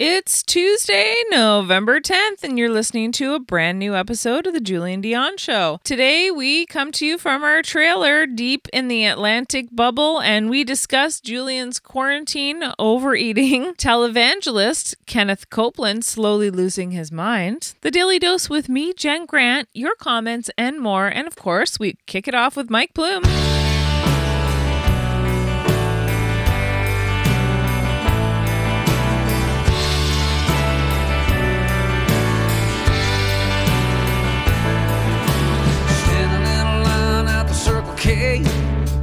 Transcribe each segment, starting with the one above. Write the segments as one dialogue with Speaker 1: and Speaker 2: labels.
Speaker 1: It's Tuesday, November 10th, and you're listening to a brand new episode of The Julian Dion Show. Today, we come to you from our trailer deep in the Atlantic bubble, and we discuss Julian's quarantine overeating, televangelist Kenneth Copeland slowly losing his mind, The Daily Dose with me, Jen Grant, your comments, and more. And of course, we kick it off with Mike Bloom.
Speaker 2: Standing in a line at the Circle K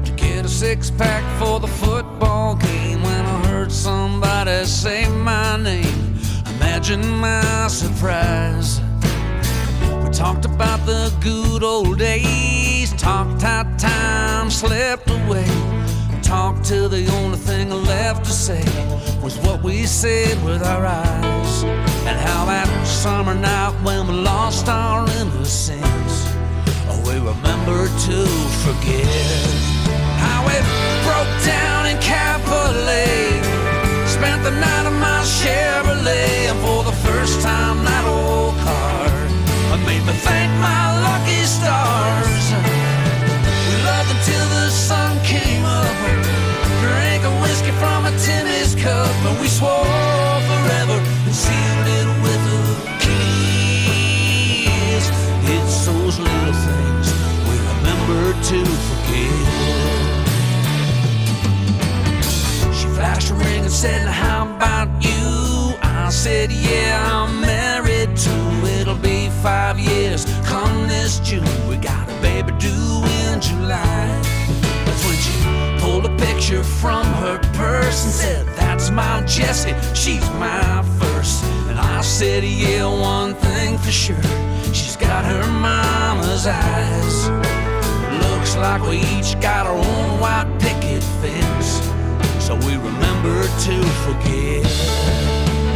Speaker 2: to get a six pack for the football game. When I heard somebody say my name, imagine my surprise. We talked about the good old days, talked how time slipped away. Talked till the only thing left to say was what we said with our eyes. And how that summer night when we lost our innocence, Oh, we remember to forgive. How it broke down in Capital Spent the night in my Chevrolet, and for the first time, that old car made me thank my lucky stars. We loved until the sun came up, drank a whiskey from a tennis cup, and we swore forever and sealed it with a kiss. It's those little things we remember to forgive. She flashed a ring and said, How about you? I said, Yeah, I'm married too. It'll be five years come this June. We got a baby due in July. That's when she pulled a picture from her purse and said, That's my Jessie, she's my first. And I said, Yeah, one thing for sure. She's got her mama's eyes. Looks like we each got our own white picket fence, so we remember to forget.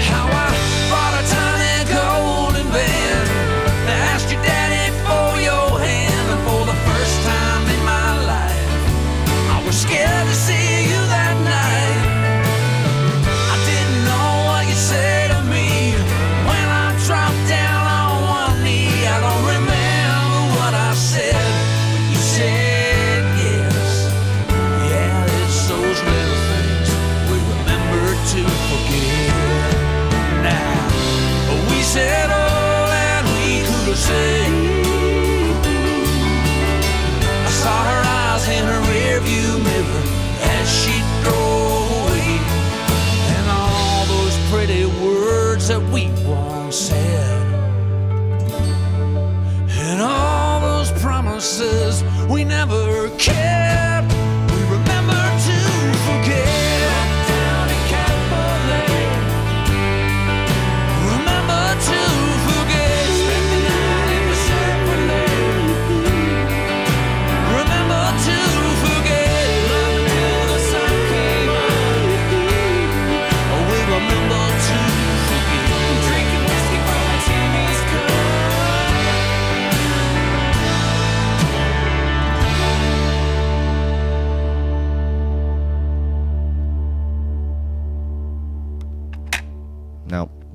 Speaker 2: How I bought a tiny golden van, I asked your daddy for your hand, and for the first time in my life, I was scared to see you that night. I didn't know what you said to me when I dropped down on one knee. I don't remember what I said. but You said yes. Yeah, it's those little things we remember to forget. Now we said all that we could have said. I saw her eyes in her rearview mirror as she drove away. And all those pretty words that we once said. And all those promises we never kept. We remember to forget. Down in Capitol Lane. Remember to forget. Spend the night in the Circle Lane. Remember to forget. Love till the sun came up. Oh, we remember to forget. Drinking whiskey from a Timmy's cup.
Speaker 3: No.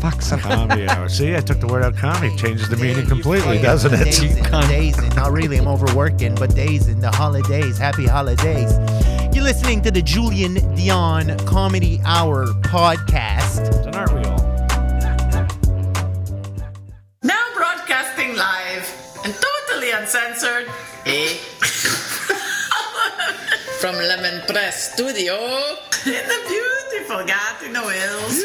Speaker 3: fuck something.
Speaker 4: Comedy Hour. See, I took the word out comedy. Changes the meaning completely,
Speaker 5: Yeah,
Speaker 4: doesn't
Speaker 5: Days
Speaker 4: it?
Speaker 5: in, days in. Not really, I'm overworking, but days in the holidays. Happy holidays. You're listening to the Julian Dion Comedy Hour podcast.
Speaker 4: And aren't we all?
Speaker 6: Now broadcasting live and totally uncensored, eh? From Lemon Press Studio in the beautiful Gatineau Hills.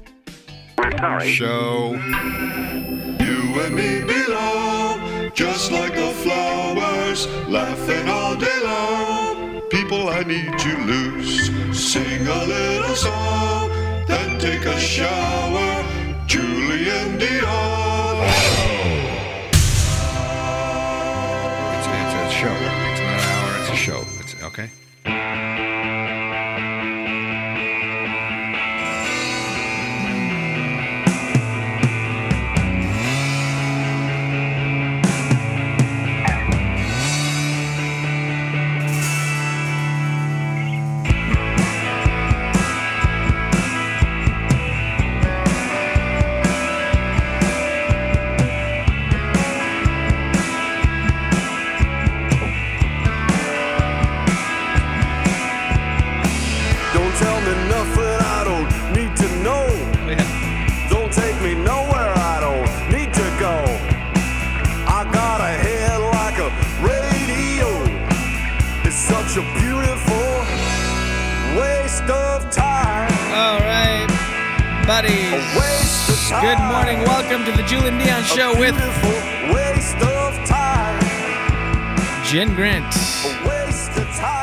Speaker 7: Show. You and me belong, just like the flowers, laughing all day long. People, I need you loose. Sing a little song, then take a shower. Julian Dion. It's, it's a show. It's not an hour. It's a show. It's okay.
Speaker 8: Don't tell me nothing I don't need to know. Don't take me nowhere I don't need to go. I got a head like a radio. It's such a beautiful waste of time.
Speaker 9: All right, buddies. Good morning. Welcome to the Julian Dion Show with
Speaker 8: Waste of time.
Speaker 9: Jen Grant.
Speaker 8: Waste of time.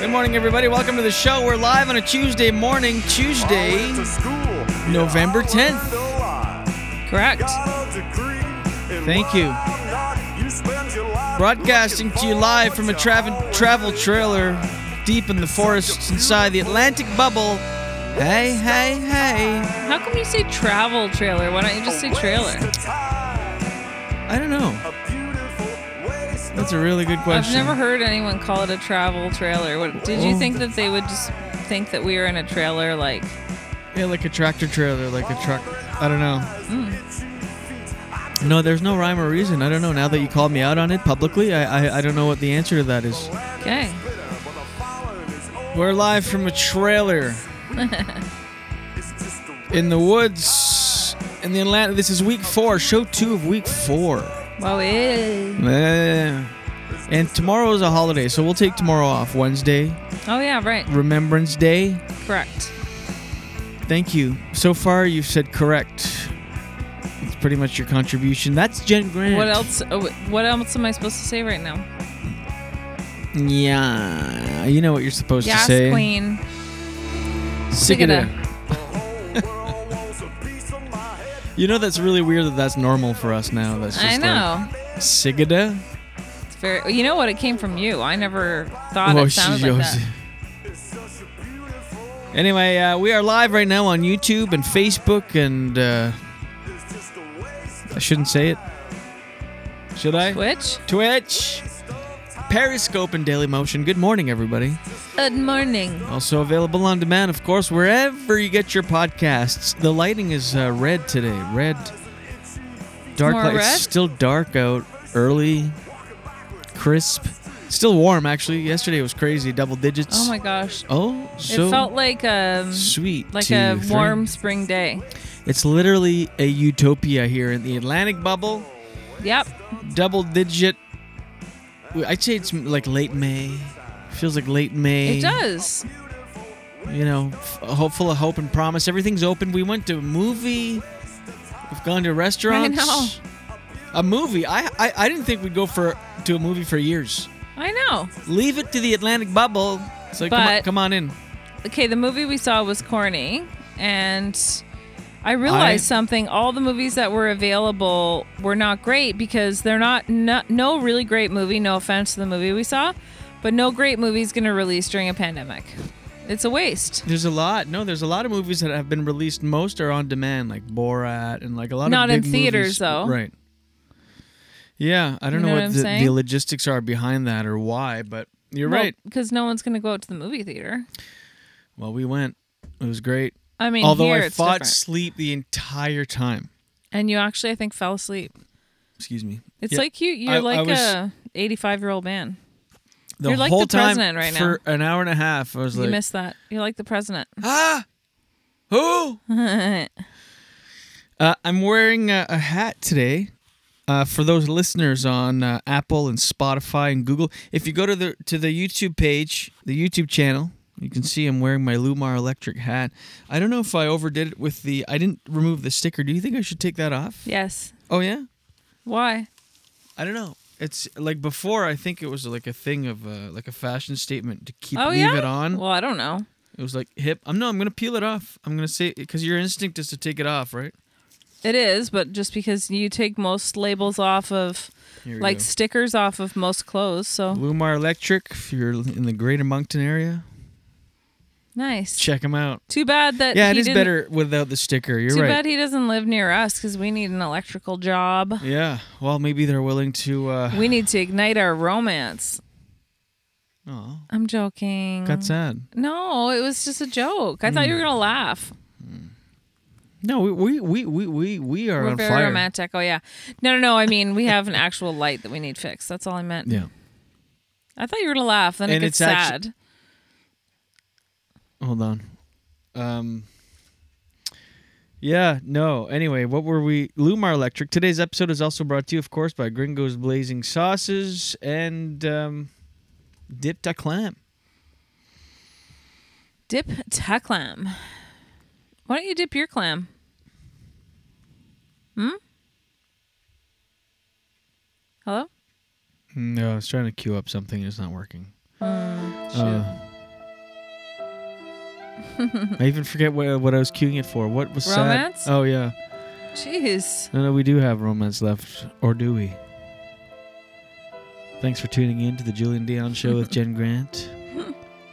Speaker 9: Good morning, everybody. Welcome to the show. We're live on a Tuesday morning, Tuesday, November 10th. Correct. Thank you. Broadcasting to you live from a travel travel trailer deep in the forests inside the Atlantic bubble. Hey, hey, hey.
Speaker 1: How come you say travel trailer? Why don't you just say trailer?
Speaker 9: I don't know. That's a really good
Speaker 1: I've
Speaker 9: question.
Speaker 1: never heard anyone call it a travel trailer. What, did you
Speaker 9: Oh.
Speaker 1: think that they would just think that we were in a trailer? Like,
Speaker 9: Yeah, like a tractor trailer, like a truck. I don't know. No, there's no rhyme or reason. I don't know. Now that you called me out on it publicly, I, I, I don't know what the answer to that is.
Speaker 1: okay.
Speaker 9: We're live from a trailer in the woods in the Atlanta. This is week four, show two of week four.
Speaker 1: well, it.
Speaker 9: Yeah. And tomorrow is a holiday, so we'll take tomorrow off. Wednesday,
Speaker 1: Oh yeah, right.
Speaker 9: Remembrance Day.
Speaker 1: Correct.
Speaker 9: Thank you. So far, you've said correct. It's pretty much your contribution. That's Jen Grant.
Speaker 1: What else? oh, What else am I supposed to say right now?
Speaker 9: Yeah, you know what you're supposed
Speaker 1: Yes,
Speaker 9: to say.
Speaker 1: queen.
Speaker 9: Sick of that. You know that's really weird that that's normal for us now. That's just
Speaker 1: I know.
Speaker 9: Like, Sigida.
Speaker 1: It's very. You know what? It came from you. I never thought
Speaker 9: Whoa,
Speaker 1: it sounded like
Speaker 9: she's-
Speaker 1: Oh, that.
Speaker 9: Anyway, uh, we are live right now on YouTube and Facebook, and uh, I shouldn't say it. Should I?
Speaker 1: Twitch.
Speaker 9: Twitch. Periscope and Dailymotion. Good morning, everybody.
Speaker 1: Good morning.
Speaker 9: Also available on demand, of course, wherever you get your podcasts. The lighting is uh, red today. Red. Dark
Speaker 1: More
Speaker 9: light.
Speaker 1: red?
Speaker 9: It's still dark out. Early. Crisp. Still warm, actually. Yesterday was crazy. Double digits.
Speaker 1: Oh my gosh.
Speaker 9: Oh, so
Speaker 1: it felt like um
Speaker 9: sweet
Speaker 1: like
Speaker 9: to
Speaker 1: a
Speaker 9: think.
Speaker 1: warm spring day.
Speaker 9: It's literally a utopia here in the Atlantic bubble.
Speaker 1: Yep.
Speaker 9: Double digit. I'd say it's like late May. Feels like late May.
Speaker 1: It does.
Speaker 9: You know, f- hopeful of hope and promise. Everything's open. We went to a movie. We've gone to restaurants.
Speaker 1: know.
Speaker 9: A movie. I, I I didn't think we'd go for to a movie for years.
Speaker 1: I know.
Speaker 9: Leave it to the Atlantic bubble. It's like come, on,
Speaker 1: But-
Speaker 9: come on in.
Speaker 1: Okay, the movie we saw was corny and I realized
Speaker 9: I-
Speaker 1: something. All the movies that were available were not great because they're not no, no really great movie, no offense to the movie we saw, but no great movie is going to release during a pandemic. It's a waste.
Speaker 9: There's a lot. No, there's a lot of movies that have been released. Most are on demand, like Borat and like a lot
Speaker 1: Not
Speaker 9: of
Speaker 1: in
Speaker 9: big
Speaker 1: theaters,
Speaker 9: movies.
Speaker 1: though.
Speaker 9: Right. Yeah, I don't
Speaker 1: You know
Speaker 9: know,
Speaker 1: what
Speaker 9: what,
Speaker 1: I'm
Speaker 9: the,
Speaker 1: saying?
Speaker 9: the logistics are behind that or why, but you're right.
Speaker 1: Because no one's going to go out to the movie theater.
Speaker 9: Well, we went. It was great.
Speaker 1: I mean,
Speaker 9: although
Speaker 1: here
Speaker 9: I
Speaker 1: it's
Speaker 9: fought
Speaker 1: different.
Speaker 9: sleep the entire time.
Speaker 1: and you actually, I think, fell asleep.
Speaker 9: Excuse me.
Speaker 1: It's
Speaker 9: Yeah.
Speaker 1: like you. You're
Speaker 9: I- I
Speaker 1: like
Speaker 9: was-
Speaker 1: a 85 year old man.
Speaker 9: the
Speaker 1: you're like
Speaker 9: whole
Speaker 1: the president
Speaker 9: time
Speaker 1: right now.
Speaker 9: for an hour and a half. I was
Speaker 1: you
Speaker 9: like,
Speaker 1: missed that. You're like the president.
Speaker 9: Ah, who? Uh, I'm wearing a, a hat today. Uh, for those listeners on uh, Apple and Spotify and Google, if you go to the to the YouTube page, the YouTube channel, you can see I'm wearing my Lumar electric hat. I don't know if I overdid it with the. I didn't remove the sticker. Do you think I should take that off?
Speaker 1: yes.
Speaker 9: Oh yeah.
Speaker 1: Why?
Speaker 9: I don't know. It's like before. I think it was like a thing of uh, like a fashion statement to keep
Speaker 1: oh
Speaker 9: leave
Speaker 1: yeah.
Speaker 9: it on.
Speaker 1: Well, I don't know.
Speaker 9: It was like hip. I'm no. I'm gonna peel it off. I'm gonna say because your instinct is to take it off, right?
Speaker 1: It is, but just because you take most labels off of,
Speaker 9: Here we
Speaker 1: like
Speaker 9: go.
Speaker 1: stickers off of most clothes, so
Speaker 9: Lumar Electric. If you're in the Greater Moncton area,
Speaker 1: nice.
Speaker 9: check them out.
Speaker 1: Too bad that
Speaker 9: yeah, it
Speaker 1: Uh, he
Speaker 9: is
Speaker 1: didn't-
Speaker 9: better without the sticker. You're
Speaker 1: Too
Speaker 9: right.
Speaker 1: bad he doesn't live near us because we need an electrical job.
Speaker 9: yeah. Well, maybe they're willing to. uh
Speaker 1: We need to ignite our romance.
Speaker 9: Aw.
Speaker 1: I'm joking.
Speaker 9: Got sad.
Speaker 1: No, it was just a joke. I thought
Speaker 9: Hmm.
Speaker 1: you were gonna laugh.
Speaker 9: No, we we we we we, we are
Speaker 1: We're
Speaker 9: on
Speaker 1: very
Speaker 9: fire.
Speaker 1: romantic. Oh yeah. No, no, no. I mean, we have an actual light that we need fixed. That's all I meant.
Speaker 9: Yeah.
Speaker 1: I thought you were gonna laugh. Then
Speaker 9: And
Speaker 1: it gets
Speaker 9: it's actu-
Speaker 1: sad.
Speaker 9: Hold on. Um. Yeah, no. Anyway, what were we? Lumar Electric. Today's episode is also brought to you, of course, by Gringo's Blazing Sauces and um, Dipped a Clam.
Speaker 1: Dip ta clam. Why don't you dip your clam? Hmm. Hello.
Speaker 9: No, Mm, I was trying to queue up something. It's not working. Uh, I even forget what, what I was queuing it for. What was sad-
Speaker 1: Romance?
Speaker 9: Oh yeah.
Speaker 1: Jeez.
Speaker 9: No, no, we do have romance left, or do we? Thanks for tuning in to the Julian Dion Show with Jen Grant.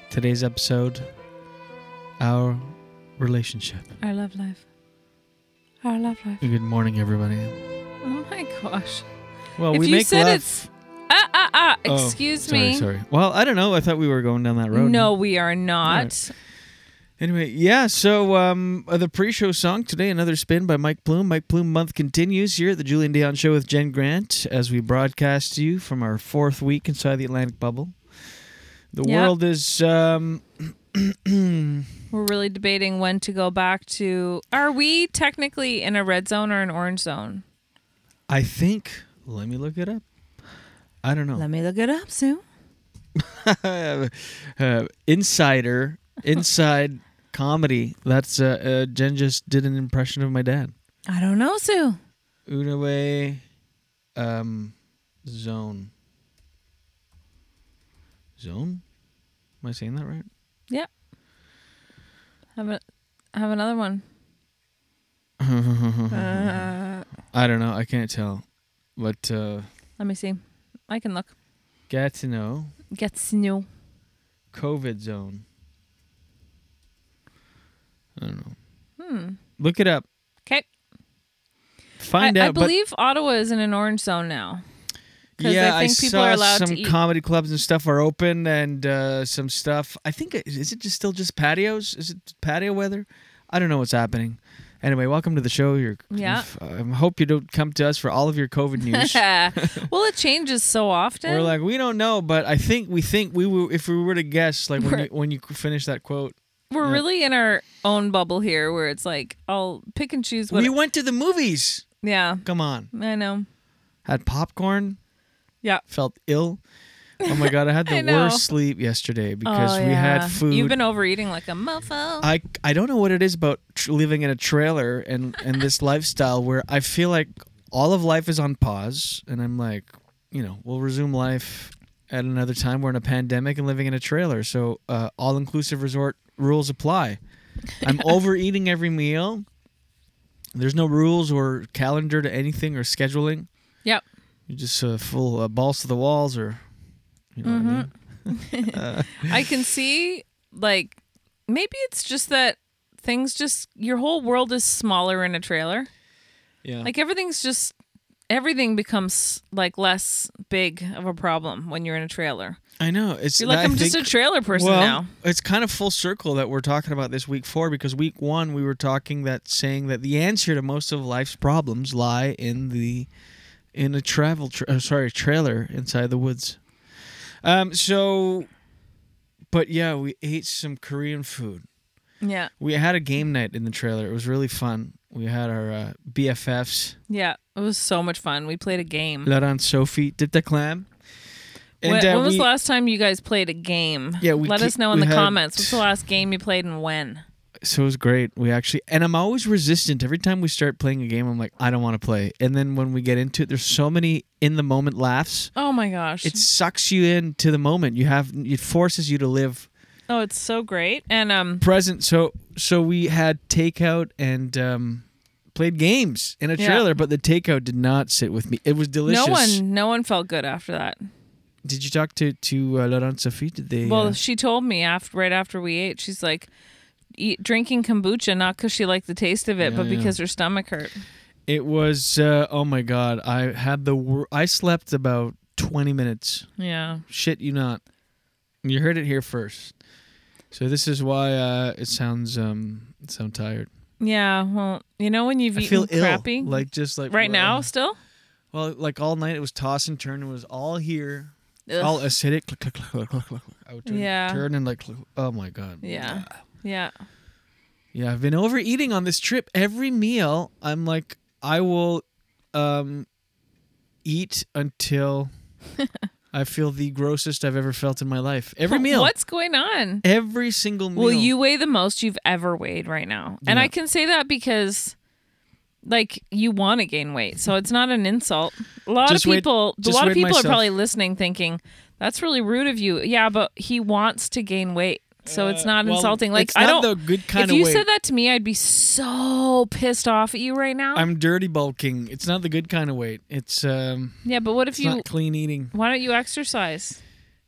Speaker 9: Today's episode, our relationship.
Speaker 1: Our love life. Our love life.
Speaker 9: Good morning, everybody.
Speaker 1: Oh my gosh.
Speaker 9: Well,
Speaker 1: if
Speaker 9: we
Speaker 1: you
Speaker 9: make
Speaker 1: said
Speaker 9: love.
Speaker 1: it's ah ah ah.
Speaker 9: Oh,
Speaker 1: Excuse
Speaker 9: sorry,
Speaker 1: me.
Speaker 9: Sorry. Well, I don't know. I thought we were going down that road.
Speaker 1: No, we are not.
Speaker 9: Anyway, yeah, so um, uh, the pre show song today, another spin by Mike Plume. Mike Plume month continues here at the Julian Dion Show with Jen Grant as we broadcast to you from our fourth week inside the Atlantic bubble. The
Speaker 1: Yep.
Speaker 9: world is. Um,
Speaker 1: We're really debating when to go back to. Are we technically in a red zone or an orange zone?
Speaker 9: I think. Let me look it up. I don't know.
Speaker 1: Let me look it up, Sue.
Speaker 9: uh, insider, inside comedy. That's uh, uh, Jen just did an impression of my dad.
Speaker 1: I don't know, Sue.
Speaker 9: Unaway um, zone. Zone? Am I saying that right?
Speaker 1: Yep. Have a, have another one. Uh,
Speaker 9: I don't know. I can't tell. But uh,
Speaker 1: let me see. I can look.
Speaker 9: Gatineau,
Speaker 1: Gets new.
Speaker 9: COVID zone. I don't know.
Speaker 1: Hmm.
Speaker 9: Look it up.
Speaker 1: Okay.
Speaker 9: Find
Speaker 1: I,
Speaker 9: out.
Speaker 1: I believe Ottawa is in an orange zone now.
Speaker 9: But
Speaker 1: 'Cause
Speaker 9: yeah,
Speaker 1: I think people
Speaker 9: saw
Speaker 1: are allowed
Speaker 9: some
Speaker 1: to eat.
Speaker 9: comedy clubs and stuff are open, and uh, some stuff. I think it- is it just still just patios? Is it patio weather? I don't know what's happening. Anyway, welcome to the show. You're,
Speaker 1: Yeah.
Speaker 9: I hope you don't come to us for all of your COVID news.
Speaker 1: well, it changes so often.
Speaker 9: We're like, we don't know, but I think we think we were, if we were to guess, like when
Speaker 1: We're-
Speaker 9: you, when you finish that quote,
Speaker 1: We're
Speaker 9: Yeah.
Speaker 1: really in our own bubble here, where it's like I'll pick and choose what.
Speaker 9: we went to the movies.
Speaker 1: yeah,
Speaker 9: Come on,
Speaker 1: I know.
Speaker 9: had popcorn,
Speaker 1: Yeah.
Speaker 9: felt ill. Oh my god, I had the
Speaker 1: I know.
Speaker 9: worst sleep yesterday because
Speaker 1: Oh,
Speaker 9: we
Speaker 1: yeah.
Speaker 9: had food.
Speaker 1: You've been overeating like a mofo.
Speaker 9: I, I don't know what it is about tr- living in a trailer and, and this lifestyle where I feel like all of life is on pause and I'm like, you know, we'll resume life at another time. We're in a pandemic and living in a trailer. So uh, all inclusive resort rules apply. I'm overeating every meal. There's no rules or calendar to anything or scheduling.
Speaker 1: Yep.
Speaker 9: You're just uh, full uh, balls to the walls or, you know
Speaker 1: Mm-hmm.
Speaker 9: what I mean?
Speaker 1: I can see like maybe it's just that things just your whole world is smaller in a trailer.
Speaker 9: Yeah.
Speaker 1: Like everything's just everything becomes like less big of a problem when you're in a trailer.
Speaker 9: I know. It's
Speaker 1: You're like,
Speaker 9: I
Speaker 1: "I'm just
Speaker 9: think-
Speaker 1: a trailer person
Speaker 9: well,
Speaker 1: now."
Speaker 9: It's kind of full circle that we're talking about this week four because week one we were talking that saying that the answer to most of life's problems lie in the in a travel tra- uh, sorry trailer inside the woods. Um. So, but yeah, we ate some Korean food.
Speaker 1: Yeah.
Speaker 9: We had a game night in the trailer. It was really fun. We had our uh, BFFs,
Speaker 1: Yeah, it was so much fun. We played a game.
Speaker 9: Laurent, Sophie, Dip the Clam.
Speaker 1: when,
Speaker 9: uh,
Speaker 1: when was
Speaker 9: we-
Speaker 1: the last time you guys played a game?
Speaker 9: Yeah, we
Speaker 1: let
Speaker 9: ki-
Speaker 1: us know in the
Speaker 9: we had-
Speaker 1: comments. What's the last game you played and when?
Speaker 9: So it was great. We actually, and I'm always resistant. Every time we start playing a game, I'm like, I don't want to play. And then when we get into it, there's so many in the moment laughs.
Speaker 1: Oh my gosh!
Speaker 9: It sucks you into the moment. You have it forces you to live
Speaker 1: oh, it's so great. And um,
Speaker 9: present. So so we had takeout and um, played games in a
Speaker 1: Yeah.
Speaker 9: trailer, but the takeout did not sit with me. It was delicious.
Speaker 1: no one, no one felt good after that.
Speaker 9: Did you talk to to uh, Laurent Sophie? Did they?
Speaker 1: Well,
Speaker 9: uh,
Speaker 1: she told me after right after we ate, she's like eat, drinking kombucha not because she liked the taste of it,
Speaker 9: Yeah,
Speaker 1: but
Speaker 9: yeah.
Speaker 1: because her stomach hurt.
Speaker 9: it was. Uh, oh my god! I had the. Wor- I slept about 20 minutes.
Speaker 1: Yeah.
Speaker 9: Shit, you not. You heard it here first. So this is why uh, it sounds um it sound tired.
Speaker 1: Yeah, well, you know when you've
Speaker 9: I
Speaker 1: eaten
Speaker 9: feel ill,
Speaker 1: crappy,
Speaker 9: like, just like,
Speaker 1: right now,
Speaker 9: uh,
Speaker 1: still.
Speaker 9: Well, like all night it was toss and turn. It was all here,
Speaker 1: Ugh.
Speaker 9: all acidic. Click, click, click, click, click, click. I would turn,
Speaker 1: Yeah.
Speaker 9: turn and like, oh my god.
Speaker 1: Yeah, yeah,
Speaker 9: Yeah, I've been overeating on this trip. Every meal, I'm like, I will um, eat until I feel the grossest I've ever felt in my life. Every meal.
Speaker 1: What's going on?
Speaker 9: Every single meal.
Speaker 1: Well, you weigh the most you've ever weighed right now, and
Speaker 9: Yeah.
Speaker 1: I can say that because, like, you want to gain weight, so it's not an insult. A lot
Speaker 9: Just
Speaker 1: of
Speaker 9: weighed-
Speaker 1: people, a
Speaker 9: just
Speaker 1: lot of
Speaker 9: weighed
Speaker 1: people
Speaker 9: myself.
Speaker 1: are probably listening, thinking that's really rude of you. Yeah, but he wants to gain weight. So it's
Speaker 9: Uh,
Speaker 1: not
Speaker 9: well,
Speaker 1: insulting. Like
Speaker 9: it's
Speaker 1: I
Speaker 9: not
Speaker 1: don't.
Speaker 9: the good kind
Speaker 1: if
Speaker 9: of
Speaker 1: you
Speaker 9: weight.
Speaker 1: said that to me, I'd be so pissed off at you right now.
Speaker 9: I'm dirty bulking. It's not the good kind of weight. It's um
Speaker 1: yeah, but what if
Speaker 9: it's
Speaker 1: you?
Speaker 9: not clean eating.
Speaker 1: Why don't you exercise?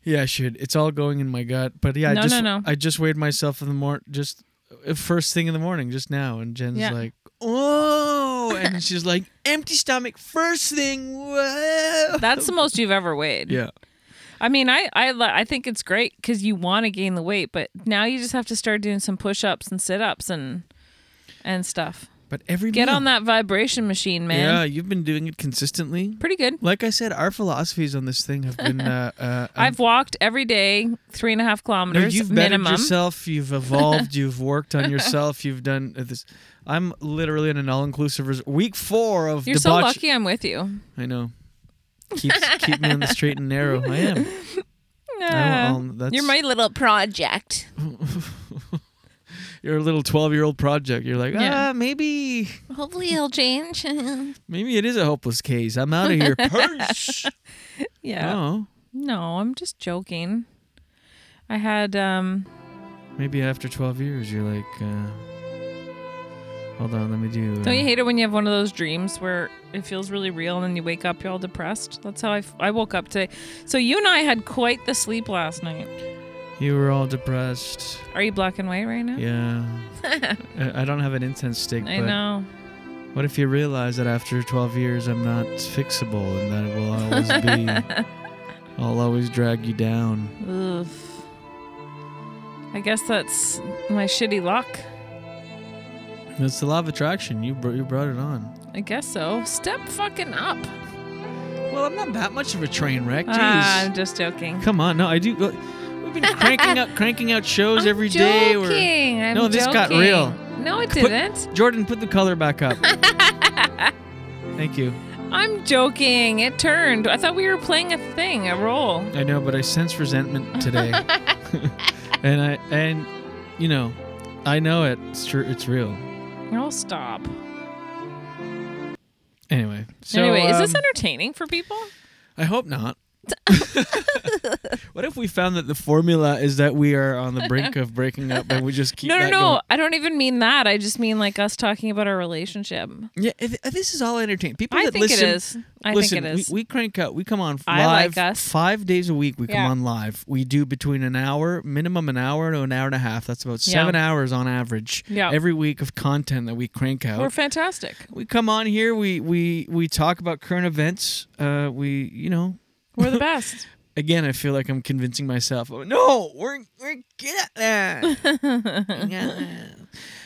Speaker 9: Yeah, I should. It's all going in my gut. But yeah,
Speaker 1: No,
Speaker 9: I
Speaker 1: no,
Speaker 9: just
Speaker 1: no.
Speaker 9: I just weighed myself in the morning just uh, first thing in the morning just now and Jen's Yeah. like, "Oh." And she's like, "Empty stomach first thing." Whoa.
Speaker 1: That's the most you've ever weighed.
Speaker 9: Yeah.
Speaker 1: I mean, I I, li- I think it's great because you want to gain the weight, but now you just have to start doing some push-ups and sit-ups and and stuff.
Speaker 9: But every
Speaker 1: get
Speaker 9: meal.
Speaker 1: on that vibration machine, man.
Speaker 9: Yeah, you've been doing it consistently.
Speaker 1: Pretty good.
Speaker 9: Like I said, our philosophies on this thing have been uh, uh
Speaker 1: I've walked every day three and a half
Speaker 9: No,
Speaker 1: kilometers
Speaker 9: you've bettered
Speaker 1: minimum.
Speaker 9: yourself. You've evolved. you've worked on yourself. You've done this. I'm literally in an all-inclusive res- week four of
Speaker 1: You're
Speaker 9: debauch.
Speaker 1: so lucky I'm with you.
Speaker 9: I know. Keeps keep me on the straight and narrow. I am. I
Speaker 1: Uh,
Speaker 9: don't- um, that's-
Speaker 1: You're my little project.
Speaker 9: You're a little twelve-year-old project. You're like, ah,
Speaker 1: Yeah.
Speaker 9: maybe,
Speaker 1: Hopefully he'll change.
Speaker 9: maybe it is a hopeless case. I'm out of here.
Speaker 1: yeah.
Speaker 9: No.
Speaker 1: No, I'm just joking. I had um
Speaker 9: maybe after twelve years, you're like, uh, hold on, let me do. uh,
Speaker 1: Don't you hate it when you have one of those dreams where it feels really real and then you wake up, you're all depressed? That's how I, f- I woke up today. So you and I had quite the sleep last night.
Speaker 9: you were all depressed.
Speaker 1: Are you black and white right now?
Speaker 9: Yeah. I I don't have an incense stick.
Speaker 1: I
Speaker 9: but
Speaker 1: know.
Speaker 9: What if you realize that after 12 years I'm not fixable and that it will always be I'll always drag you down.
Speaker 1: Oof. I guess that's my shitty luck.
Speaker 9: It's the law of attraction. You br- you brought it on.
Speaker 1: I guess so. Step fucking up.
Speaker 9: Well, I'm not that much of a train wreck. Jeez.
Speaker 1: Ah, I'm just joking.
Speaker 9: Come on. No, I do look, We've been cranking out cranking out shows every day. We're-
Speaker 1: Joking. I'm
Speaker 9: no, this got
Speaker 1: joking.
Speaker 9: real.
Speaker 1: No, it
Speaker 9: Put-
Speaker 1: didn't.
Speaker 9: Jordan, put the color back up. Thank you.
Speaker 1: I'm joking. It turned. I thought we were playing a thing, a role.
Speaker 9: I know, but I sense resentment today. and I and you know, I know it. It's true. It's real.
Speaker 1: No, stop.
Speaker 9: Anyway. So
Speaker 1: anyway, is
Speaker 9: um,
Speaker 1: this entertaining for people?
Speaker 9: I hope not. What if we found that the formula is that we are on the brink of breaking up and we just keep
Speaker 1: no, no,
Speaker 9: that
Speaker 1: no.
Speaker 9: going?
Speaker 1: I don't even mean that. I just mean like us talking about our relationship.
Speaker 9: Yeah, if- if this is all entertainment. People
Speaker 1: I
Speaker 9: that
Speaker 1: think it
Speaker 9: listen,
Speaker 1: is. I think
Speaker 9: listen,
Speaker 1: it is.
Speaker 9: We, we crank out. We come on live
Speaker 1: I like us.
Speaker 9: five days a week. We
Speaker 1: Yeah.
Speaker 9: come on live. We do between an hour, minimum an hour to an hour and a half. That's about
Speaker 1: Yeah.
Speaker 9: seven hours on average.
Speaker 1: Yeah.
Speaker 9: Every week of content that we crank out.
Speaker 1: We're fantastic.
Speaker 9: we come on here. We we we talk about current events. Uh, we you know
Speaker 1: We're the best.
Speaker 9: again. I feel like I'm convincing myself. Oh, no. we're we're good at that.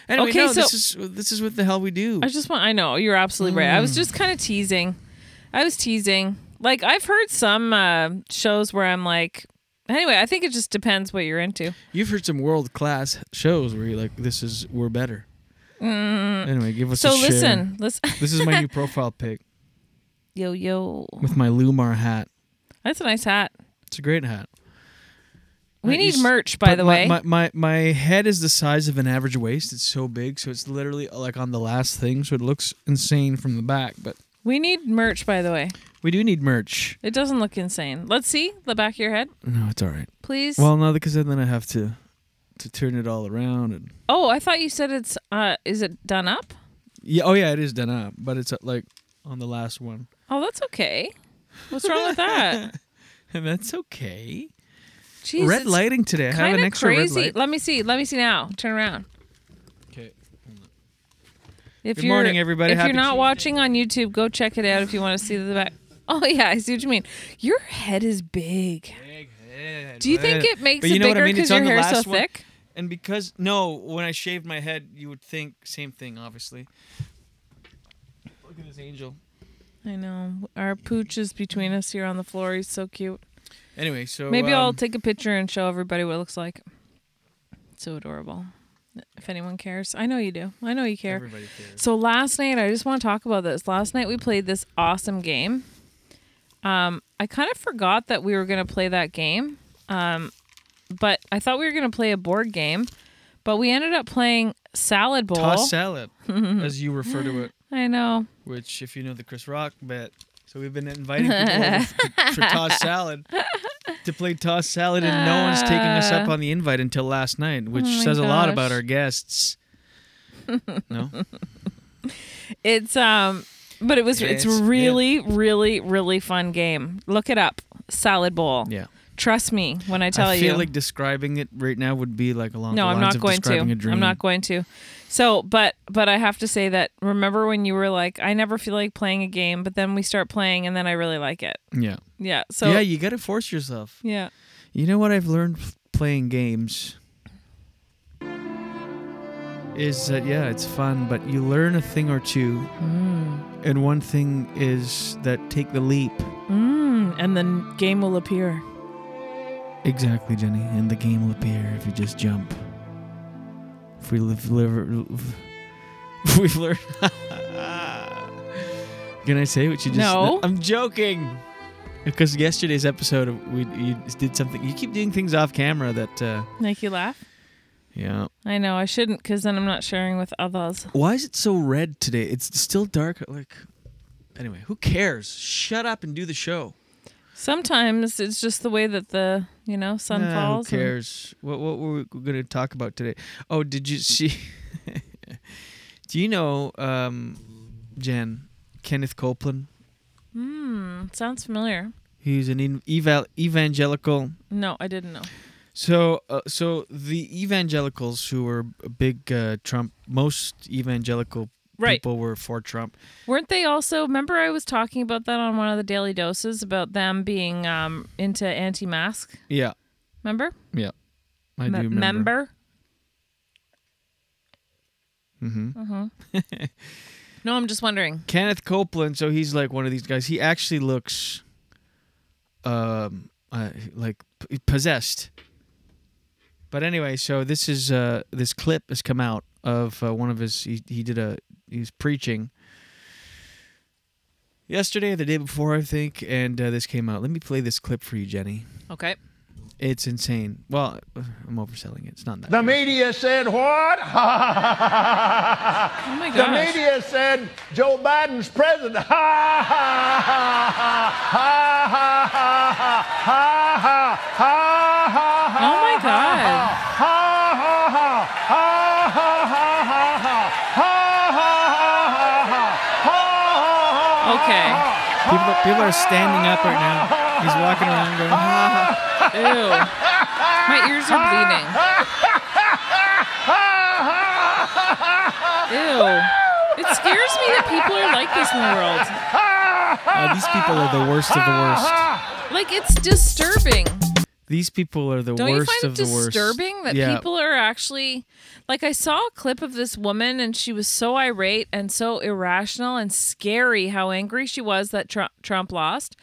Speaker 9: Anyway,
Speaker 1: okay,
Speaker 9: no,
Speaker 1: so
Speaker 9: this is this is what the hell we do.
Speaker 1: I just want. I know you're absolutely right. I was
Speaker 9: Mm.
Speaker 1: just kind of teasing. I was teasing. Like I've heard some uh, shows where I'm like. Anyway, I think it just depends what you're into.
Speaker 9: You've heard some world class shows where you're like, "This is we're better."
Speaker 1: Mm.
Speaker 9: Anyway, give us
Speaker 1: so
Speaker 9: a share.
Speaker 1: listen, listen.
Speaker 9: This is my new profile pic
Speaker 1: yo yo.
Speaker 9: with my Lumar hat.
Speaker 1: That's a nice hat.
Speaker 9: It's a great hat.
Speaker 1: We
Speaker 9: Right, you
Speaker 1: need
Speaker 9: s-
Speaker 1: merch, by
Speaker 9: but
Speaker 1: the
Speaker 9: my-
Speaker 1: way.
Speaker 9: My, my my head is the size of an average waist. It's so big, so it's literally like on the last thing, so it looks insane from the back. But
Speaker 1: we need merch, by the way.
Speaker 9: we do need merch.
Speaker 1: It doesn't look insane. Let's see the back of your head.
Speaker 9: No, it's all right.
Speaker 1: Please?
Speaker 9: Well, no, because then I have to to turn it all around and
Speaker 1: Oh, I thought you said it's. uh Is it done up?
Speaker 9: yeah. Oh yeah, it is done up, but it's uh, like on the last one,
Speaker 1: Oh, that's okay. What's wrong with that?
Speaker 9: and that's okay.
Speaker 1: Jeez,
Speaker 9: red
Speaker 1: it's
Speaker 9: lighting today. I have an
Speaker 1: Kinda
Speaker 9: extra
Speaker 1: crazy.
Speaker 9: red light.
Speaker 1: Let me see. Let me see now. Turn around.
Speaker 9: Okay.
Speaker 1: If
Speaker 9: Good
Speaker 1: you're-
Speaker 9: morning, everybody.
Speaker 1: If
Speaker 9: Happy
Speaker 1: you're not
Speaker 9: Tuesday.
Speaker 1: watching on YouTube, go check it out if you want to see the back. Oh yeah, I see what you mean. Your head is big. Do you think it makes
Speaker 9: But you
Speaker 1: it
Speaker 9: know what I
Speaker 1: bigger
Speaker 9: mean? It's
Speaker 1: because
Speaker 9: on the
Speaker 1: your hair is
Speaker 9: last
Speaker 1: so
Speaker 9: one.
Speaker 1: thick?
Speaker 9: And because no, when I shaved my head, you would think same thing, obviously. Look at this angel.
Speaker 1: I know. Our pooch is between us here on the floor. He's so cute.
Speaker 9: Anyway, so
Speaker 1: Maybe I'll
Speaker 9: um,
Speaker 1: take a picture and show everybody what it looks like. So adorable. If anyone cares, I know you do. I know you care.
Speaker 9: Everybody cares.
Speaker 1: So last night, I just want to talk about this. Last night we played this awesome game. Um, I kind of forgot that we were going to play that game, um, but I thought we were going to play a board game, but we ended up playing salad bowl.
Speaker 9: toss salad, as you refer to it,
Speaker 1: I know.
Speaker 9: which if you know the Chris Rock bet. So we've been inviting people over for, for toss salad to play toss salad, and no one's taking us up
Speaker 1: Uh.
Speaker 9: on the invite until last night, which
Speaker 1: Oh my
Speaker 9: says a lot
Speaker 1: gosh.
Speaker 9: about our guests. No,
Speaker 1: It's um, but it was it's,
Speaker 9: It's-
Speaker 1: really really really fun game. Look it up, salad bowl.
Speaker 9: Yeah.
Speaker 1: Trust me when I tell
Speaker 9: I
Speaker 1: you.
Speaker 9: feel like describing it right now would be like along
Speaker 1: no,
Speaker 9: the
Speaker 1: I'm
Speaker 9: lines
Speaker 1: not
Speaker 9: of
Speaker 1: going to.
Speaker 9: describing a dream.
Speaker 1: I'm not going to. So, but but I have to say that remember when you were like, I never feel like playing a game, but then we start playing, and then I really like it.
Speaker 9: Yeah.
Speaker 1: Yeah. So
Speaker 9: yeah, you got to force yourself.
Speaker 1: yeah.
Speaker 9: You know what I've learned f- playing games is that yeah, it's fun, but you learn a thing or two.
Speaker 1: Hmm.
Speaker 9: And one thing is that take the leap.
Speaker 1: Mm, and then game will appear.
Speaker 9: Exactly, Jenny. And the game will appear if you just jump. If we live, live if we learn. Can I say what you just?
Speaker 1: No.
Speaker 9: I'm joking. Because yesterday's episode, we you did something. You keep doing things off camera that. Uh,
Speaker 1: Make you laugh.
Speaker 9: yeah.
Speaker 1: I know I shouldn't, because then I'm not sharing with others.
Speaker 9: Why is it so red today? It's still dark. Like, anyway, who cares? Shut up and do the show.
Speaker 1: Sometimes it's just the way that the you know sun
Speaker 9: Nah,
Speaker 1: falls.
Speaker 9: Who
Speaker 1: and-
Speaker 9: cares? What what were we going to talk about today? Oh, did you see? do you know, um, Jen, Kenneth Copeland?
Speaker 1: Hmm. sounds familiar.
Speaker 9: He's an en- eval- evangelical.
Speaker 1: No, I didn't know.
Speaker 9: So, uh, so the evangelicals who were a big uh, Trump, most evangelical
Speaker 1: Right.
Speaker 9: people were for Trump.
Speaker 1: Weren't they also? Remember, I was talking about that on one of the daily doses about them being um, into anti-mask.
Speaker 9: Yeah,
Speaker 1: Remember?
Speaker 9: yeah, I
Speaker 1: Me-
Speaker 9: do remember.
Speaker 1: member?
Speaker 9: hmm
Speaker 1: Uh-huh. no, I'm just wondering.
Speaker 9: Kenneth Copeland, so he's like one of these guys. He actually looks, um, uh, like p- possessed. But anyway, so this is uh, this clip has come out of uh, one of his. He, he did a he was preaching yesterday, or the day before, I think, and uh, this came out. Let me play this clip for you, Jenny.
Speaker 1: Okay.
Speaker 9: It's insane. Well, uh, I'm overselling it. It's not that.
Speaker 10: The media said what?
Speaker 1: Oh
Speaker 10: the
Speaker 9: gosh.
Speaker 10: media said Joe Biden's president. Ha ha ha ha ha ha ha ha ha ha ha.
Speaker 1: Oh my God.
Speaker 10: Ha ha ha ha ha ha ha ha ha ha ha ha.
Speaker 1: Okay.
Speaker 9: People, people are standing up right now. He's walking around going, "Ah."
Speaker 1: Ew. My ears are bleeding. Ew. It scares me that people are like this in the world.
Speaker 9: Uh, these people are the worst of the worst.
Speaker 1: Like, it's disturbing.
Speaker 9: These people are the
Speaker 1: Don't you
Speaker 9: worst
Speaker 1: find it
Speaker 9: of the worst.
Speaker 1: disturbing that
Speaker 9: yeah.
Speaker 1: people are actually like I saw a clip of this woman and she was so irate and so irrational and scary how angry she was that Trump, Trump lost.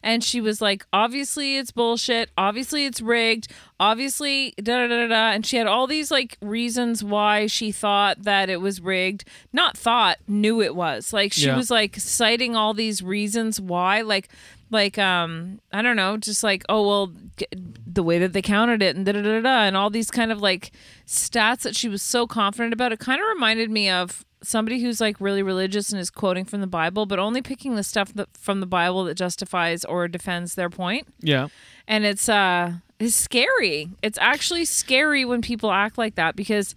Speaker 1: And she was like, obviously it's bullshit, obviously it's rigged, obviously da da da da da and she had all these like reasons why she thought that it was rigged. Not thought, knew it was. Like she
Speaker 11: Yeah.
Speaker 1: was like citing all these reasons why like like um I don't know, just like oh well, g- the way that they counted it and da da da da, and all these kind of like stats that she was so confident about. It kind of reminded me of somebody who's like really religious and is quoting from the Bible, but only picking the stuff that, from the Bible that justifies or defends their point.
Speaker 9: Yeah.
Speaker 1: And it's uh it's scary. It's actually scary when people act like that because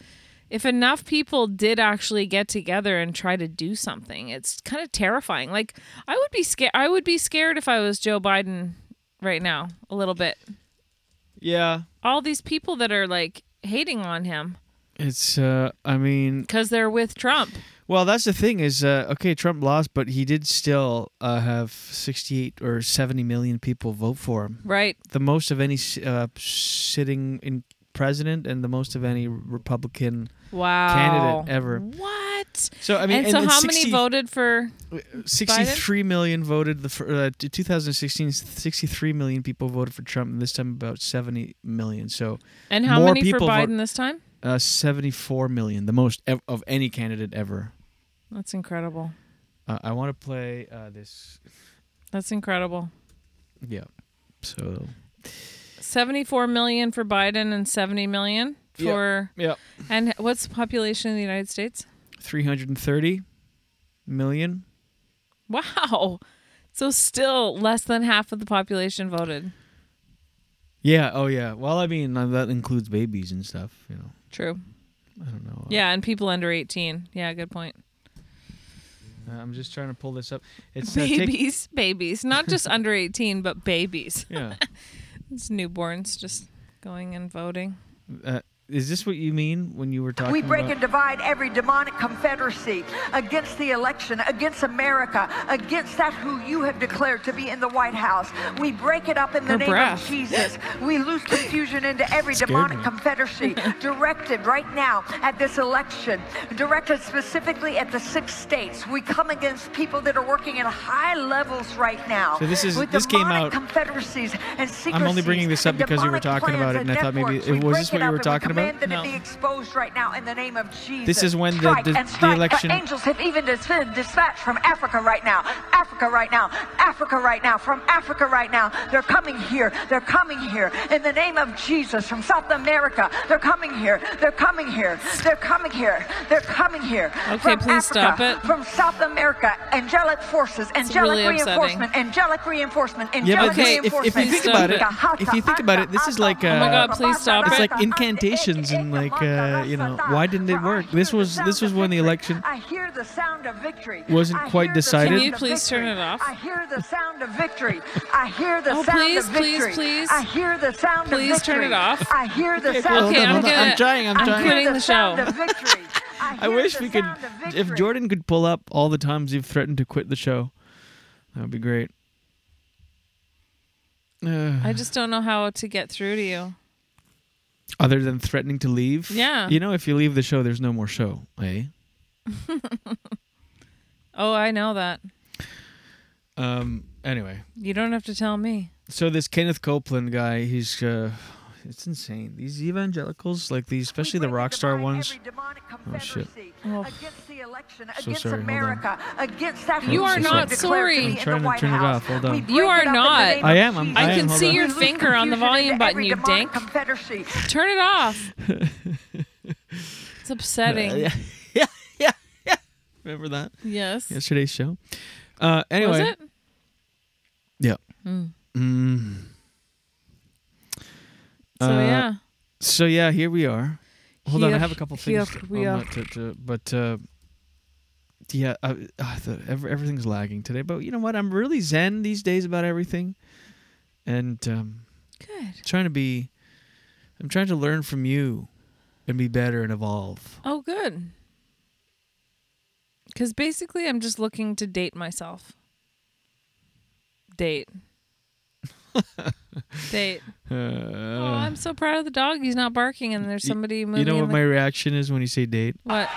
Speaker 1: if enough people did actually get together and try to do something, it's kind of terrifying. Like I would be scared I would be scared if I was Joe Biden right now a little bit.
Speaker 9: Yeah.
Speaker 1: All these people that are like hating on him
Speaker 9: It's uh I mean
Speaker 1: cuz they're with Trump.
Speaker 9: well that's the thing is uh okay Trump lost but he did still uh, have 68 or 70 million people vote for him.
Speaker 1: Right.
Speaker 9: The most of any s- uh, sitting in president and the most of any Republican
Speaker 1: Wow.
Speaker 9: candidate ever.
Speaker 1: What?
Speaker 9: So, I mean,
Speaker 1: and
Speaker 9: and
Speaker 1: so
Speaker 9: then
Speaker 1: how
Speaker 9: 60
Speaker 1: many voted for
Speaker 9: 63 million voted the fir- uh, t- 2016 63 million people voted for Trump and this time about 70 million so
Speaker 1: And how
Speaker 9: more
Speaker 1: many for
Speaker 9: people vote-
Speaker 1: Biden this time?
Speaker 9: uh, 74 million the most ev- of any candidate ever
Speaker 1: That's incredible.
Speaker 9: uh, I want to play uh, this
Speaker 1: That's incredible.
Speaker 9: yeah so
Speaker 1: 74 million for Biden and 70 million
Speaker 9: Yeah,
Speaker 1: for
Speaker 9: yeah.
Speaker 1: And what's the population of the United States?
Speaker 9: 330 million
Speaker 1: Wow. So still less than half of the population voted.
Speaker 9: yeah oh yeah well I mean uh, that includes babies and stuff you know
Speaker 1: True.
Speaker 9: I don't know
Speaker 1: Yeah, and people under 18. Yeah, good point.
Speaker 9: Uh, I'm just trying to pull this up it's uh, take-
Speaker 1: babies, babies, not just under 18, but babies.
Speaker 9: Yeah.
Speaker 1: it's newborns just going and voting.
Speaker 9: uh, is this what you mean when you were talking
Speaker 12: We break
Speaker 9: about-
Speaker 12: and divide every demonic confederacy against the election, against America, against that who you have declared to be in the White House. We break it up in the
Speaker 13: Her
Speaker 12: name
Speaker 13: breath.
Speaker 12: of Jesus. We loose confusion into every
Speaker 13: Scared
Speaker 12: demonic
Speaker 13: me.
Speaker 12: confederacy directed right now at this election, directed specifically at the six states. We come against people that are working at high levels right now.
Speaker 9: So this is-
Speaker 12: with
Speaker 9: this came
Speaker 12: demonic
Speaker 9: out-
Speaker 12: confederacies and secrecies.
Speaker 9: I'm only bringing this up
Speaker 12: and
Speaker 9: because we were
Speaker 12: demonic
Speaker 9: talking
Speaker 12: plans
Speaker 9: about it, and I thought maybe
Speaker 12: networks. We
Speaker 9: it was this
Speaker 12: break
Speaker 9: what you were
Speaker 12: it up and we
Speaker 9: talking about.
Speaker 12: command that it be exposed right now in the name of Jesus.
Speaker 9: This is when the-
Speaker 12: Strike
Speaker 9: the-
Speaker 12: and
Speaker 9: the
Speaker 12: strike. Our
Speaker 9: election-
Speaker 12: angels have even dis- dispatched from Africa right now. Africa right now. Africa right now. From Africa right now. They're coming here. They're coming here in the name of Jesus. From South America. They're coming here. They're coming here. They're coming here. They're coming here.
Speaker 1: Okay,
Speaker 12: from
Speaker 1: please
Speaker 12: Africa,
Speaker 1: stop it.
Speaker 12: From South America. Angelic forces. Angelic
Speaker 1: really upsetting.
Speaker 12: reinforcement. Angelic reinforcement. Angelic
Speaker 9: Yeah, but this, if,
Speaker 12: reinforcement.
Speaker 9: if you think about it, if you think about it, this is like uh,
Speaker 1: Oh my God, please stop
Speaker 9: It's
Speaker 1: it.
Speaker 9: like incantations and like uh, you know, why didn't it work? This was this was when the election
Speaker 12: I hear the sound of victory.
Speaker 9: Wasn't
Speaker 12: I
Speaker 9: quite
Speaker 12: hear the
Speaker 9: decided.
Speaker 12: sound
Speaker 9: Can you
Speaker 12: of
Speaker 1: please turn
Speaker 12: victory.
Speaker 1: it off?
Speaker 12: I hear the sound of victory. I hear the
Speaker 1: Oh,
Speaker 12: sound
Speaker 1: please,
Speaker 12: of
Speaker 1: please,
Speaker 12: victory.
Speaker 1: please.
Speaker 12: I hear the sound
Speaker 1: Please
Speaker 12: of victory.
Speaker 1: turn it off.
Speaker 12: I hear the
Speaker 1: Okay,
Speaker 12: sound
Speaker 1: hold
Speaker 12: of
Speaker 1: on, hold on.
Speaker 12: victory.
Speaker 9: I'm trying, I'm
Speaker 12: I
Speaker 9: trying.
Speaker 12: hear
Speaker 9: Quitting the
Speaker 12: sound
Speaker 1: show.
Speaker 12: of victory.
Speaker 9: I wish we could. If Jordan could pull up all the times you've threatened to quit the show, that would be great. Uh,
Speaker 1: I just don't know how to get through to you.
Speaker 9: other than threatening to leave,
Speaker 1: Yeah.
Speaker 9: You know, if you leave the show, there's no more show, eh?
Speaker 1: Oh, I know that.
Speaker 9: Um. Anyway,
Speaker 1: You don't have to tell me.
Speaker 9: so this Kenneth Copeland guy, he's uh, it's insane. These evangelicals, like these, especially the rock star ones. Oh shit.
Speaker 12: Against the election
Speaker 9: So
Speaker 12: against
Speaker 9: sorry, hold on.
Speaker 12: America, against that.
Speaker 1: You
Speaker 12: who
Speaker 1: are
Speaker 12: you
Speaker 1: not
Speaker 12: declared
Speaker 1: sorry.
Speaker 12: be
Speaker 1: I'm
Speaker 12: in the
Speaker 9: trying to
Speaker 12: White
Speaker 9: turn it
Speaker 12: House.
Speaker 9: off. Hold
Speaker 12: We
Speaker 9: on.
Speaker 12: break
Speaker 1: You
Speaker 12: it
Speaker 1: are
Speaker 12: up in the
Speaker 1: not.
Speaker 12: name of
Speaker 9: I am, I'm-
Speaker 12: Jesus.
Speaker 9: I
Speaker 1: I can
Speaker 9: am, hold
Speaker 1: see
Speaker 9: on.
Speaker 1: your
Speaker 12: We lose
Speaker 1: finger on the
Speaker 12: confusion
Speaker 1: volume
Speaker 12: into
Speaker 1: button,
Speaker 12: every
Speaker 1: you
Speaker 12: demonic
Speaker 1: dink.
Speaker 12: Confederacy.
Speaker 1: Turn it off. It's upsetting.
Speaker 9: Yeah, yeah, yeah, yeah. Remember that?
Speaker 1: Yes.
Speaker 9: Yesterday's show. Uh, anyway.
Speaker 1: Was it?
Speaker 9: Yeah.
Speaker 1: Mm.
Speaker 9: Mm. Uh,
Speaker 1: So, yeah.
Speaker 9: So yeah, here we are. Hold on, I
Speaker 1: Here-
Speaker 9: have a couple
Speaker 1: here
Speaker 14: here
Speaker 9: things.
Speaker 1: we
Speaker 9: on
Speaker 1: are.
Speaker 9: that to, to- but uh, yeah, uh, uh, the, ev- everything's lagging today. But you know what? I'm really zen these days about everything, and um,
Speaker 1: Good.
Speaker 9: Trying to be, I'm trying to learn from you, and be better and evolve.
Speaker 1: Oh, good. Because basically, I'm just looking to date myself. Date. date.
Speaker 9: Uh,
Speaker 1: Oh, I'm so proud of the dog. He's not barking, and there's somebody moving.
Speaker 9: You know
Speaker 1: in
Speaker 9: what
Speaker 1: the-
Speaker 9: my reaction is when you say date?
Speaker 1: What?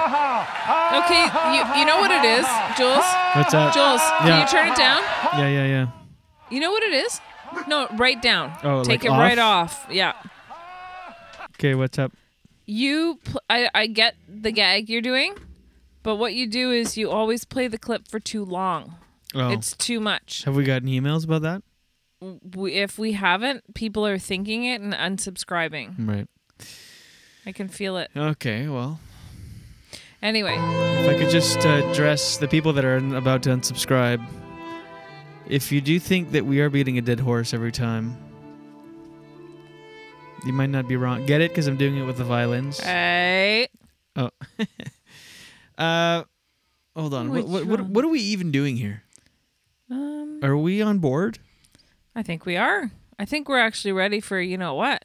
Speaker 1: okay, you, you know what it is, Jules?
Speaker 9: What's that?
Speaker 1: Jules,
Speaker 9: Yeah.
Speaker 1: can you turn it down?
Speaker 9: Yeah, yeah, yeah.
Speaker 1: You know what it is? No, right down.
Speaker 9: Oh,
Speaker 1: Take
Speaker 9: like
Speaker 1: it
Speaker 9: off?
Speaker 1: right off. Yeah.
Speaker 9: Okay, what's up?
Speaker 1: You, pl- I, I get the gag you're doing, but what you do is you always play the clip for too long.
Speaker 9: Oh.
Speaker 1: It's too much.
Speaker 9: Have we gotten emails about that?
Speaker 1: We, if we haven't, people are thinking it and unsubscribing.
Speaker 9: Right.
Speaker 1: I can feel it.
Speaker 9: Okay, well,
Speaker 1: Anyway.
Speaker 9: if I could just uh, address the people that are about to unsubscribe. If you do think that we are beating a dead horse every time, you might not be wrong. Get it? Because I'm doing it with the violins.
Speaker 1: Uh, Hey.
Speaker 9: Oh. uh, hold on. What,
Speaker 1: Which
Speaker 9: what, what,
Speaker 1: one?
Speaker 9: what are we even doing here?
Speaker 1: Um,
Speaker 9: Are we on board?
Speaker 1: I think we are. I think we're actually ready for you know what?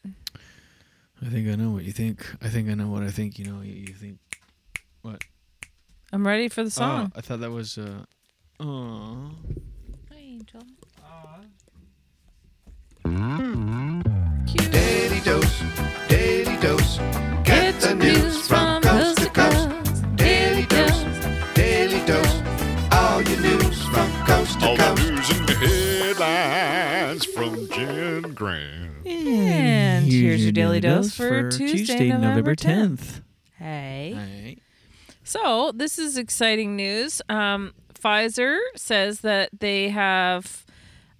Speaker 9: I think I know what you think. I think I know what I think. You know, you, you think. What?
Speaker 1: I'm ready for the
Speaker 9: Oh,
Speaker 1: song.
Speaker 9: I thought that was. Uh, oh.
Speaker 2: Uh.
Speaker 1: Hi, Angel.
Speaker 2: Daily dose, daily dose. Get the news from coast to coast. Daily dose, daily dose. All your news from coast to
Speaker 7: All the
Speaker 2: coast.
Speaker 7: news and the headlines from Jen Grant.
Speaker 1: And here's your daily dose for Tuesday, November 10th. Hey. So this is exciting news. Um, Pfizer says that they have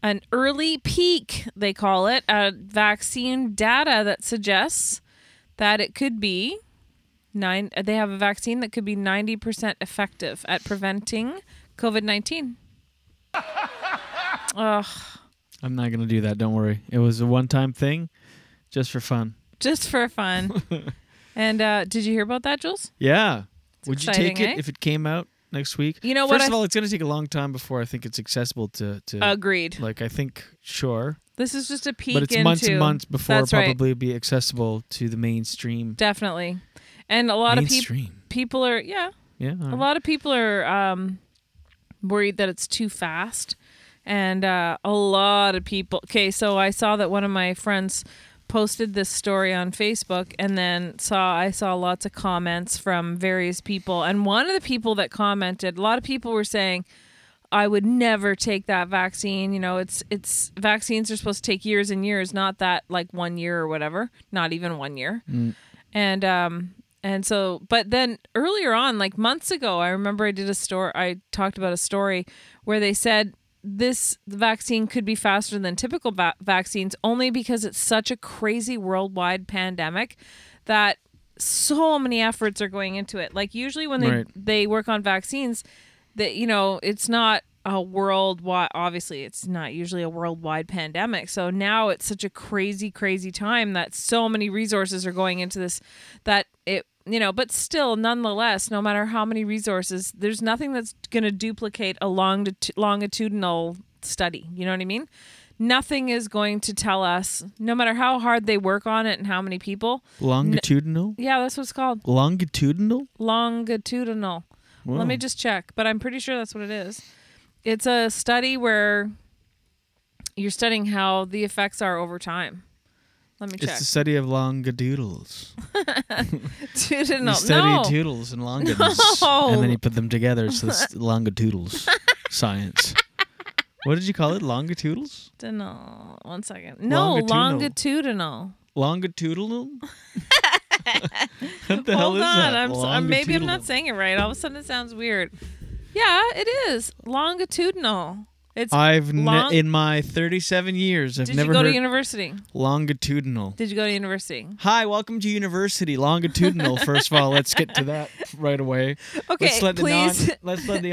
Speaker 1: an early peak, they call it, at vaccine data that suggests that it could be nine. They have a vaccine that could be ninety percent effective at preventing COVID nineteen. Ugh,
Speaker 9: I'm not going to do that. Don't worry. It was a one time thing just for fun.
Speaker 1: just for fun. and uh, did you hear about that, Jules?
Speaker 9: Yeah. Would you take
Speaker 1: exciting,
Speaker 9: it
Speaker 1: eh?
Speaker 9: if it came out next week?
Speaker 1: You know
Speaker 9: First
Speaker 1: what
Speaker 9: First
Speaker 1: I
Speaker 9: of all, it's going to take a long time before I think it's accessible to. to
Speaker 1: Agreed.
Speaker 9: Like, I think, sure.
Speaker 1: This is just a peek
Speaker 9: But it's
Speaker 1: into
Speaker 9: months and months before
Speaker 1: That's
Speaker 9: it'll
Speaker 1: right.
Speaker 9: probably be accessible to the mainstream.
Speaker 1: Definitely. And a lot of people
Speaker 9: Mainstream.
Speaker 1: people are yeah.
Speaker 9: Yeah, all
Speaker 1: A
Speaker 9: right.
Speaker 1: lot of people are um worried that it's too fast. And uh, a lot of people. Okay, so I saw that one of my friends posted this story on Facebook, and then saw I saw lots of comments from various people. And one of the people that commented, a lot of people were saying, I would never take that vaccine. You know, it's it's vaccines are supposed to take years and years, not that like one year or whatever, not even one year. And um and so but then earlier on like months ago, I remember I did a store I talked about a story where they said this vaccine could be faster than typical va- vaccines only because it's such a crazy worldwide pandemic that so many efforts are going into it. Like usually when they
Speaker 9: Right.
Speaker 1: they work on vaccines, that you know it's not a worldwide obviously it's not usually a worldwide pandemic so now it's such a crazy crazy time that so many resources are going into this that it you know but still nonetheless no matter how many resources there's nothing that's going to duplicate a longit- longitudinal study you know what i mean nothing is going to tell us no matter how hard they work on it and how many people
Speaker 9: Longitudinal?
Speaker 1: yeah that's what it's called
Speaker 9: Longitudinal?
Speaker 1: longitudinal.
Speaker 9: Wow.
Speaker 1: Let me just check, but I'm pretty sure that's what it is. It's a study where you're studying how the effects are over time. Let me
Speaker 9: It's
Speaker 1: check.
Speaker 9: the study of longadoodles.
Speaker 1: Tudinal.
Speaker 9: You study
Speaker 1: no.
Speaker 9: toodles and longitudes,
Speaker 1: No.
Speaker 9: and then you put them together. It's this longitudinals science. What did you call it? Longitudinals?
Speaker 1: Tudinal. One second. No,
Speaker 9: Longitudinal.
Speaker 1: longitudinal.
Speaker 9: Longitudinal? What the hell
Speaker 1: Hold
Speaker 9: is
Speaker 1: on,
Speaker 9: that?
Speaker 1: I'm, s- I'm maybe I'm
Speaker 9: Longitudinal.
Speaker 1: not saying it right. All of a sudden, it sounds weird. Yeah, it is longitudinal. It's
Speaker 9: I've
Speaker 1: long-
Speaker 9: ne- in my 37 years, I've
Speaker 1: Did you
Speaker 9: never
Speaker 1: go to
Speaker 9: heard
Speaker 1: university?
Speaker 9: longitudinal.
Speaker 1: Did you go to university?
Speaker 9: Hi, welcome to university. Longitudinal. First of all, let's get to that right away.
Speaker 1: Okay,
Speaker 9: let's let
Speaker 1: please.
Speaker 9: The non, let's let the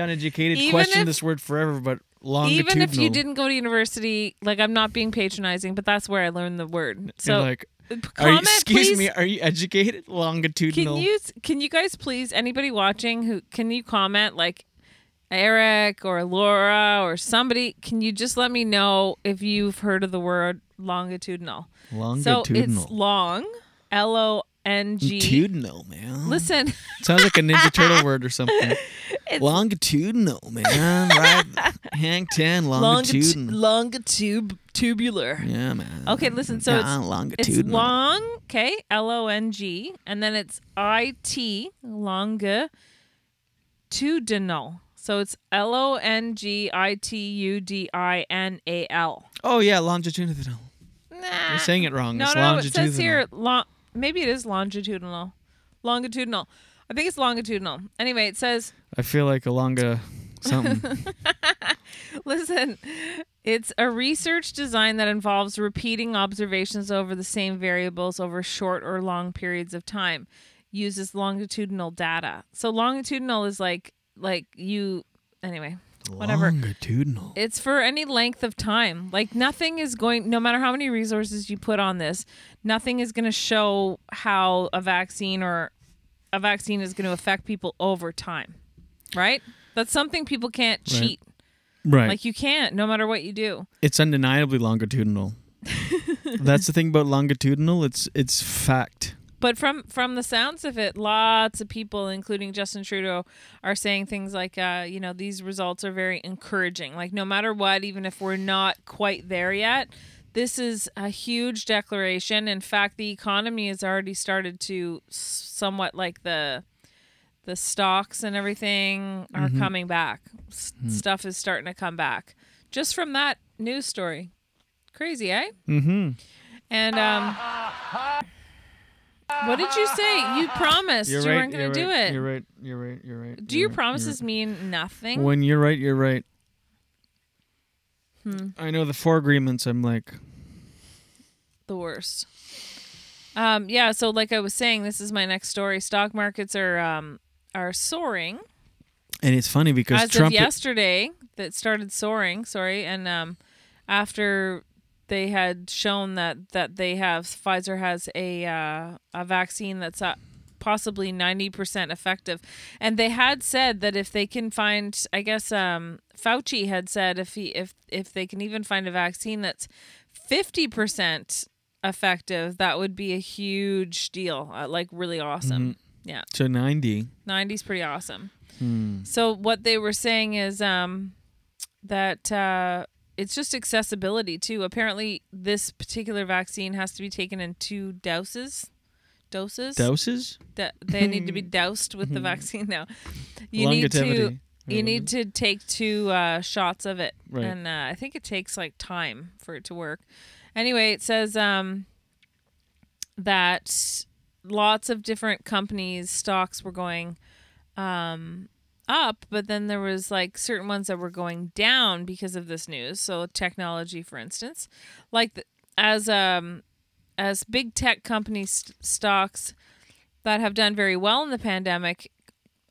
Speaker 9: uneducated
Speaker 1: Even
Speaker 9: question
Speaker 1: if-
Speaker 9: this word forever. But longitudinal.
Speaker 1: Even if you didn't go to university, like I'm not being patronizing, but that's where I learned the word. So
Speaker 9: You're like,
Speaker 1: p-
Speaker 9: are you,
Speaker 1: comment,
Speaker 9: excuse
Speaker 1: please.
Speaker 9: me, are you educated? Longitudinal.
Speaker 1: Can you can you guys please anybody watching who can you comment like Eric or Laura or somebody? Can you just let me know if you've heard of the word longitudinal? So
Speaker 9: Longitudinal.
Speaker 1: it's long, L O N G.
Speaker 9: Longitudinal, man.
Speaker 1: Listen,
Speaker 9: Sounds like a Ninja Turtle word or something.
Speaker 1: It's-
Speaker 9: longitudinal, man. Right? Hang 10,
Speaker 1: longitu-
Speaker 9: longitudinal.
Speaker 1: longitub tubular.
Speaker 9: yeah, man.
Speaker 1: Okay, listen. So
Speaker 9: Yeah,
Speaker 1: it's
Speaker 9: longitudinal.
Speaker 1: It's long, okay, L O N G, and then it's I T longitudinal. So it's L O N G I T U D I N A L.
Speaker 9: Oh, yeah, longitudinal. You're saying it wrong.
Speaker 1: No,
Speaker 9: it's
Speaker 1: no, it
Speaker 9: longitudinal.
Speaker 1: says here. Long, maybe it is longitudinal. Longitudinal. I think it's longitudinal. Anyway, it says
Speaker 9: I feel like a longa something.
Speaker 1: Listen, it's a research design that involves repeating observations over the same variables over short or long periods of time. Uses longitudinal data. So longitudinal is like like you anyway, whatever.
Speaker 9: Longitudinal.
Speaker 1: It's for any length of time. Like nothing is going no matter how many resources you put on this, nothing is going to show how a vaccine or a vaccine is going to affect people over time. Right? That's something people can't
Speaker 9: Right.
Speaker 1: cheat.
Speaker 9: Right.
Speaker 1: Like you can't, no matter what you do.
Speaker 9: it's undeniably longitudinal. That's the thing about longitudinal. It's it's fact.
Speaker 1: But from from the sounds of it, lots of people, including Justin Trudeau, are saying things like, uh, you know, these results are very encouraging. Like no matter what, even if we're not quite there yet, this is a huge declaration. In fact, the economy has already started to s- somewhat like the the stocks and everything are
Speaker 9: Mm-hmm.
Speaker 11: Mhm.
Speaker 1: coming back. S-
Speaker 9: Hmm.
Speaker 11: Mm.
Speaker 1: Stuff is starting to come back just from that news story. Crazy, eh?
Speaker 9: Mm-hmm.
Speaker 1: And um, what did you say? You promised you
Speaker 9: You're right,
Speaker 1: weren't going
Speaker 9: you're
Speaker 1: to do
Speaker 9: right,
Speaker 1: it.
Speaker 9: You're right. You're right. You're right.
Speaker 1: Do
Speaker 9: you're
Speaker 1: your
Speaker 9: right,
Speaker 1: promises
Speaker 9: you're right.
Speaker 1: mean nothing?
Speaker 9: When you're right, you're right.
Speaker 1: Hmm,
Speaker 9: I know the four agreements. I'm like,
Speaker 1: the worst. Um, yeah. So, like I was saying, this is my next story. Stock markets are um, are soaring
Speaker 9: and it's funny because
Speaker 1: as
Speaker 9: Trump.
Speaker 1: of yesterday that started soaring. Sorry, and um, after they had shown that that they have Pfizer has a uh, a vaccine that's uh, possibly ninety percent effective, and they had said that if they can find, I guess um, Fauci had said if he if if they can even find a vaccine that's fifty percent effective, that would be a huge deal, uh, like really awesome.
Speaker 9: Mhm.
Speaker 1: Yeah,
Speaker 9: So 90.
Speaker 1: ninety's pretty awesome.
Speaker 9: Hmm.
Speaker 1: So what they were saying is um, that uh, it's just accessibility too. Apparently, this particular vaccine has to be taken in two doses. Doses.
Speaker 9: Doses? Oh,
Speaker 1: Da- they need to be doused with the vaccine now. You need to.
Speaker 9: Mm-hmm. Longevity.
Speaker 1: You need to take two uh, shots of it,
Speaker 9: Right.
Speaker 1: and uh, I think it takes like time for it to work. Anyway, it says um, that lots of different companies' stocks were going um, up, but then there was like certain ones that were going down because of this news. So technology, for instance, like th- as um, as big tech company st- stocks that have done very well in the pandemic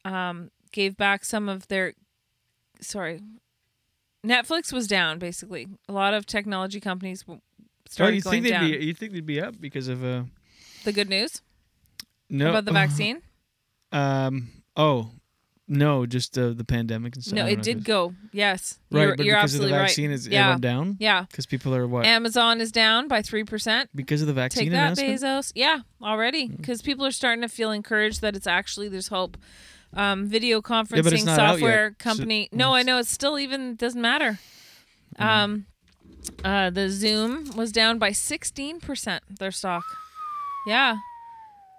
Speaker 1: um, gave back some of their sorry netflix was down basically a lot of technology companies w-
Speaker 9: Oh,
Speaker 1: started
Speaker 9: you
Speaker 1: going
Speaker 9: think they'd
Speaker 1: down
Speaker 9: be? You think they'd be up because of uh,
Speaker 1: the good news
Speaker 9: no
Speaker 1: about the vaccine
Speaker 9: Um. Oh, no, just uh, the pandemic and stuff.
Speaker 1: no
Speaker 9: I don't
Speaker 1: it
Speaker 9: know,
Speaker 1: did
Speaker 9: 'cause-
Speaker 1: go yes
Speaker 9: Right,
Speaker 1: you're,
Speaker 9: but
Speaker 1: you're
Speaker 9: because of the
Speaker 1: absolutely
Speaker 9: vaccine,
Speaker 1: right
Speaker 9: is it
Speaker 1: yeah
Speaker 9: went down?
Speaker 1: yeah
Speaker 9: Because people are what?
Speaker 1: amazon is down by 3%
Speaker 9: because of the vaccine
Speaker 1: Take that,
Speaker 9: announcement. Hmm.
Speaker 1: Bezos. Yeah, already, because people are starting to feel encouraged that it's actually there's hope. Um, video
Speaker 9: it's
Speaker 1: conferencing
Speaker 9: not out
Speaker 1: software
Speaker 9: yet, Hmm. so-
Speaker 1: company. no, I know it's still even doesn't matter.
Speaker 9: Hmm.
Speaker 1: Um, uh, the Zoom was down by sixteen percent their stock. Yeah,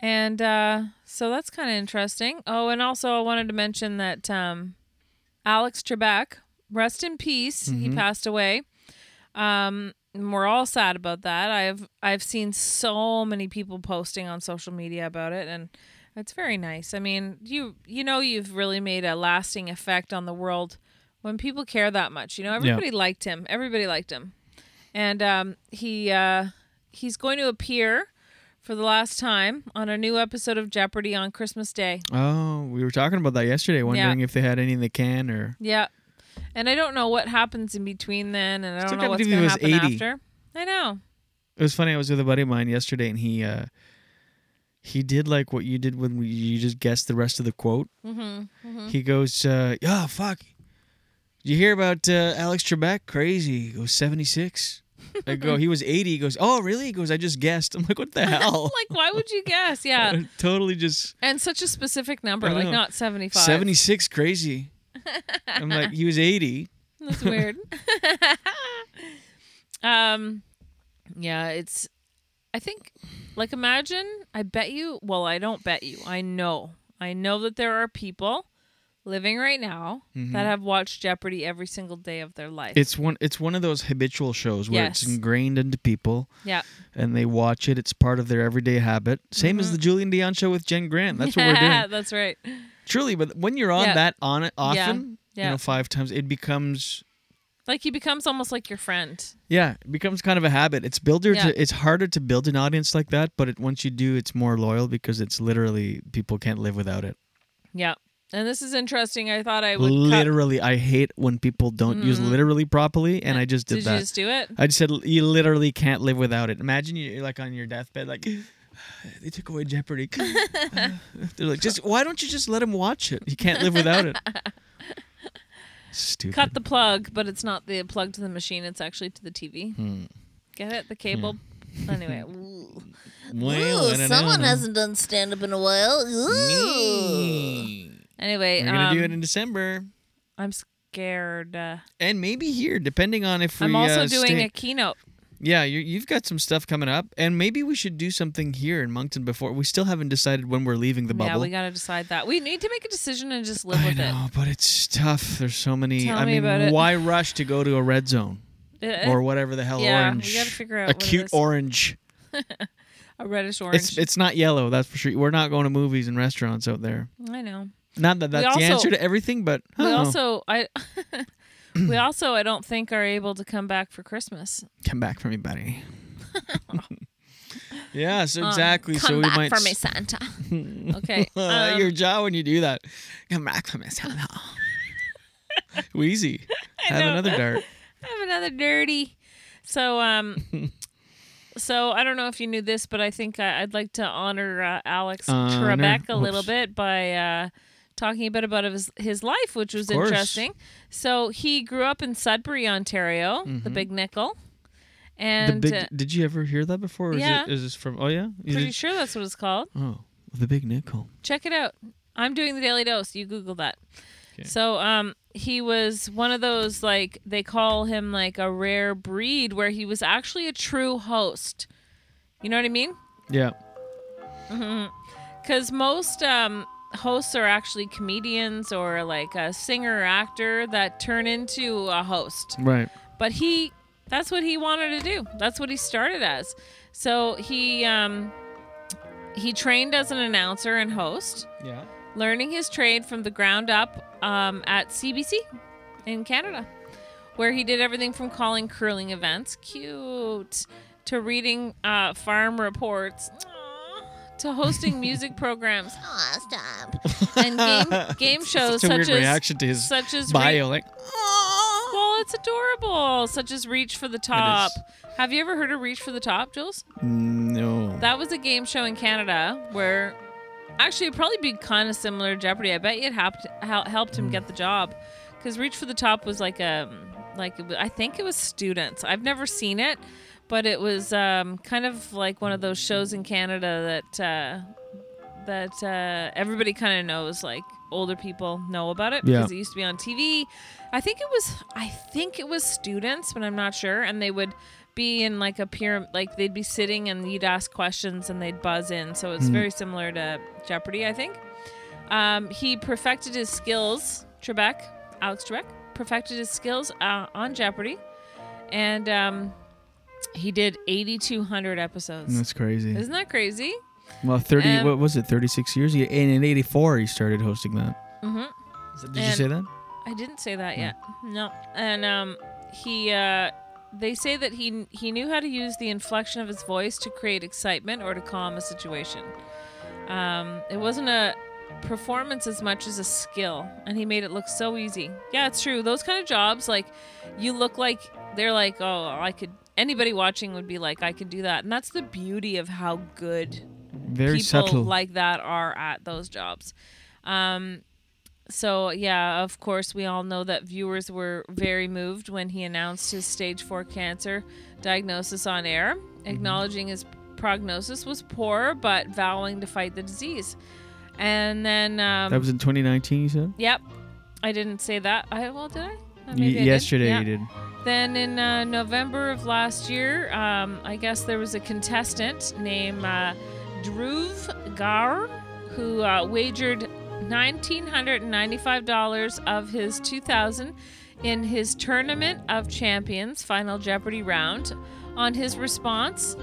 Speaker 1: and uh, so that's kind of interesting. Oh, and also I wanted to mention that um, Alex Trebek, rest in peace. He
Speaker 11: Mhm.
Speaker 1: passed away. Um, and we're all sad about that. I've I've seen so many people posting on social media about it and it's very nice. I mean, you you know you've really made a lasting effect on the world when people care that much. You know, everybody liked him. Everybody liked him. And um, he uh, he's going to appear for the last time on a new episode of Jeopardy on Christmas Day.
Speaker 9: Oh, we were talking about that yesterday, wondering if they had any in the can or.
Speaker 1: Yeah. And I don't know what happens in between then, and I
Speaker 9: Still
Speaker 1: don't know
Speaker 9: can't
Speaker 1: what's
Speaker 9: believe
Speaker 1: going
Speaker 9: he
Speaker 1: to
Speaker 9: was
Speaker 1: happen
Speaker 9: 80.
Speaker 1: after. I know.
Speaker 9: It was funny. I was with a buddy of mine yesterday, and he uh, he did like what you did when we, you just guessed the rest of the quote.
Speaker 1: Mm-hmm. mm-hmm.
Speaker 9: He goes, uh, "Oh fuck, Did you hear about uh, Alex Trebek? Crazy. He goes seventy six. I go, he was eighty. He goes, oh really? He goes, I just guessed. I'm like, what the hell?
Speaker 1: like, why would you guess? Yeah.
Speaker 9: totally just
Speaker 1: And such a specific number,
Speaker 9: I don't
Speaker 1: like
Speaker 9: know.
Speaker 1: not 75.
Speaker 9: seventy six. Crazy. I'm like, he was eighty.
Speaker 1: That's weird. um, yeah, it's. I think, like, imagine. I bet you. Well, I don't bet you. I know. I know that there are people living right now
Speaker 9: Mhm.
Speaker 1: that have watched Jeopardy every single day of their life.
Speaker 9: It's one. It's one of those habitual shows where it's
Speaker 1: Yes.
Speaker 9: ingrained into people.
Speaker 1: Yeah.
Speaker 9: And they watch it. It's part of their everyday habit. Same
Speaker 1: Mm-hmm.
Speaker 9: as the Julian Dion show with Jen Grant. That's what we're
Speaker 1: yeah,
Speaker 9: doing.
Speaker 1: That's right.
Speaker 9: Truly, but when you're on
Speaker 1: Yeah.
Speaker 9: that on it often,
Speaker 1: Yeah.
Speaker 9: you know, five times, it becomes
Speaker 1: Like he becomes almost like your friend.
Speaker 9: yeah, it becomes kind of a habit. It's builder
Speaker 1: Yeah.
Speaker 9: to it's harder to build an audience like that, but it, once you do, it's more loyal because it's literally people can't live without it.
Speaker 1: Yeah. And this is interesting. I thought I would. cut-
Speaker 9: Literally, I hate when people don't use
Speaker 1: Mhm.
Speaker 9: literally properly, and I just did,
Speaker 1: Did you
Speaker 9: that.
Speaker 1: just do it?
Speaker 9: I just said you literally can't live without it. Imagine you're like on your deathbed, like they took away Jeopardy. They're like, just why don't you just let him watch it? You can't live without it. Stupid.
Speaker 1: Cut the plug, but it's not the plug to the machine. It's actually to the TV.
Speaker 9: Hmm.
Speaker 1: Get it? The cable. Anyway. Ooh.
Speaker 9: Well, I don't know.
Speaker 1: done stand up in a while. Anyway,
Speaker 9: We're gonna do
Speaker 1: um,
Speaker 9: it in December,
Speaker 1: I'm scared. Uh,
Speaker 9: and maybe here, depending on if we.
Speaker 1: I'm also
Speaker 9: uh,
Speaker 1: doing
Speaker 9: stay-
Speaker 1: a keynote.
Speaker 9: Yeah, you, you've got some stuff coming up, and maybe we should do something here in Moncton before. We still haven't decided when we're leaving the bubble.
Speaker 1: Yeah, we got to decide that. We need to make a decision and just live with
Speaker 9: know, but it's tough. There's so many.
Speaker 1: Tell
Speaker 9: I
Speaker 1: me
Speaker 9: mean,
Speaker 1: about it.
Speaker 9: why rush to go to a red zone
Speaker 1: Uh,
Speaker 9: or whatever the hell
Speaker 1: yeah, we
Speaker 9: orange?
Speaker 1: gotta figure out
Speaker 9: a
Speaker 1: what it
Speaker 9: cute
Speaker 1: is.
Speaker 9: orange.
Speaker 1: it. a reddish orange.
Speaker 9: It's it's not yellow, that's for sure. We're not going to movies and restaurants out there.
Speaker 1: I know.
Speaker 9: Not that
Speaker 1: We
Speaker 9: that's the
Speaker 1: also-
Speaker 9: answer to everything, but I
Speaker 1: We
Speaker 9: don't know.
Speaker 1: also I we also I don't think are able to come back for Christmas.
Speaker 9: come back for me, buddy. yeah, so
Speaker 1: Um,
Speaker 9: exactly.
Speaker 1: come
Speaker 9: so we
Speaker 1: back
Speaker 9: might
Speaker 1: for me,
Speaker 9: s-
Speaker 1: Santa. Okay,
Speaker 9: Like
Speaker 1: um,
Speaker 9: your jaw when you do that. Come back for me, Santa. Wheezy. Have
Speaker 1: know.
Speaker 9: another dart.
Speaker 1: I have another dirty. So um, so I don't know if you knew this, but I think I, I'd like to honor uh, Alex
Speaker 9: Honor.
Speaker 1: Trebek a little
Speaker 9: Oops.
Speaker 1: bit by uh, talking a bit about his his life, which was
Speaker 9: course.
Speaker 1: interesting. So he grew up in Sudbury, Ontario, the
Speaker 9: Mhm.
Speaker 1: Big Nickel,
Speaker 9: the
Speaker 1: and
Speaker 9: big,
Speaker 1: uh,
Speaker 9: did you ever hear that before? Or
Speaker 1: yeah.
Speaker 9: Is, it, is this from? Oh yeah. You
Speaker 1: pretty
Speaker 9: did-
Speaker 1: sure that's what it's called.
Speaker 9: Oh, the big nickel.
Speaker 1: Check it out. I'm doing the Daily Dose. You Google that. So um, he was one of those like they call him like a rare breed where he was actually a true host. You know what I mean?
Speaker 9: Yeah.
Speaker 1: Because most um, hosts are actually comedians or like a singer or actor that turn into a host.
Speaker 9: Right.
Speaker 1: But he, that's what he wanted to do. That's what he started as. So he um, he trained as an announcer and host
Speaker 9: Yeah.
Speaker 1: learning his trade from the ground up um, at CBC in Canada, where he did everything from calling curling events, cute, to reading uh, farm reports, aw, to hosting music programs, aw, stop, and game, game shows
Speaker 9: Such a
Speaker 1: such
Speaker 9: weird
Speaker 1: as
Speaker 9: reaction to his
Speaker 1: such as
Speaker 9: bio.
Speaker 1: Re-
Speaker 9: like,
Speaker 1: well, it's adorable, such as Reach for the Top. Have you ever heard of Reach for the Top, Jules?
Speaker 9: no.
Speaker 1: That was a game show in Canada where actually it'd probably be kind of similar to Jeopardy. I bet you it helped hel- helped him get the job because Reach for the Top was like a like it wa- I think it was students. I've never seen it, but it was um, kind of like one of those shows in Canada that uh, that uh, everybody kind of knows like. Older people know about it
Speaker 11: Yeah.
Speaker 1: because it used to be on TV. I think it was I think it was students, but I'm not sure. And they would be in like a pyramid, like they'd be sitting and you'd ask questions and they'd buzz in. So it's
Speaker 11: Mm.
Speaker 1: very similar to Jeopardy, I think. Um, he perfected his skills, Trebek, Alex Trebek, perfected his skills uh, on Jeopardy, and um, He did 8,200 episodes.
Speaker 9: That's crazy.
Speaker 1: Isn't that crazy?
Speaker 9: Well, thirty.
Speaker 1: Um,
Speaker 9: what was it? Thirty-six years. Yeah, and in '84 he started hosting that.
Speaker 1: Mm-hmm.
Speaker 9: Did you say that?
Speaker 1: I didn't say that yet. No. And um, he, uh, they say that he he knew how to use the inflection of his voice to create excitement or to calm a situation. Um, it wasn't a performance as much as a skill, and he made it look so easy. Yeah, it's true. Those kind of jobs, like you look like they're like, oh, I could. Anybody watching would be like, I could do that, and that's the beauty of how good
Speaker 9: Very
Speaker 1: people
Speaker 9: subtle.
Speaker 1: like that are at those jobs. Um, so yeah, of course, we all know that viewers were very moved when he announced his stage four cancer diagnosis on air,
Speaker 9: Mm-hmm.
Speaker 1: acknowledging his prognosis was poor, but vowing to fight the disease. And then um,
Speaker 9: that was in 2019. You said.
Speaker 1: Yep, I didn't say that. I well, did I? Or
Speaker 9: Ye-
Speaker 1: maybe I did.
Speaker 9: yesterday
Speaker 1: Yeah.
Speaker 9: you did.
Speaker 1: Then in uh, November of last year, um, I guess there was a contestant named uh, Dhruv Gar who uh, wagered $1,995 of his 2000 in his Tournament of Champions Final Jeopardy round on his response,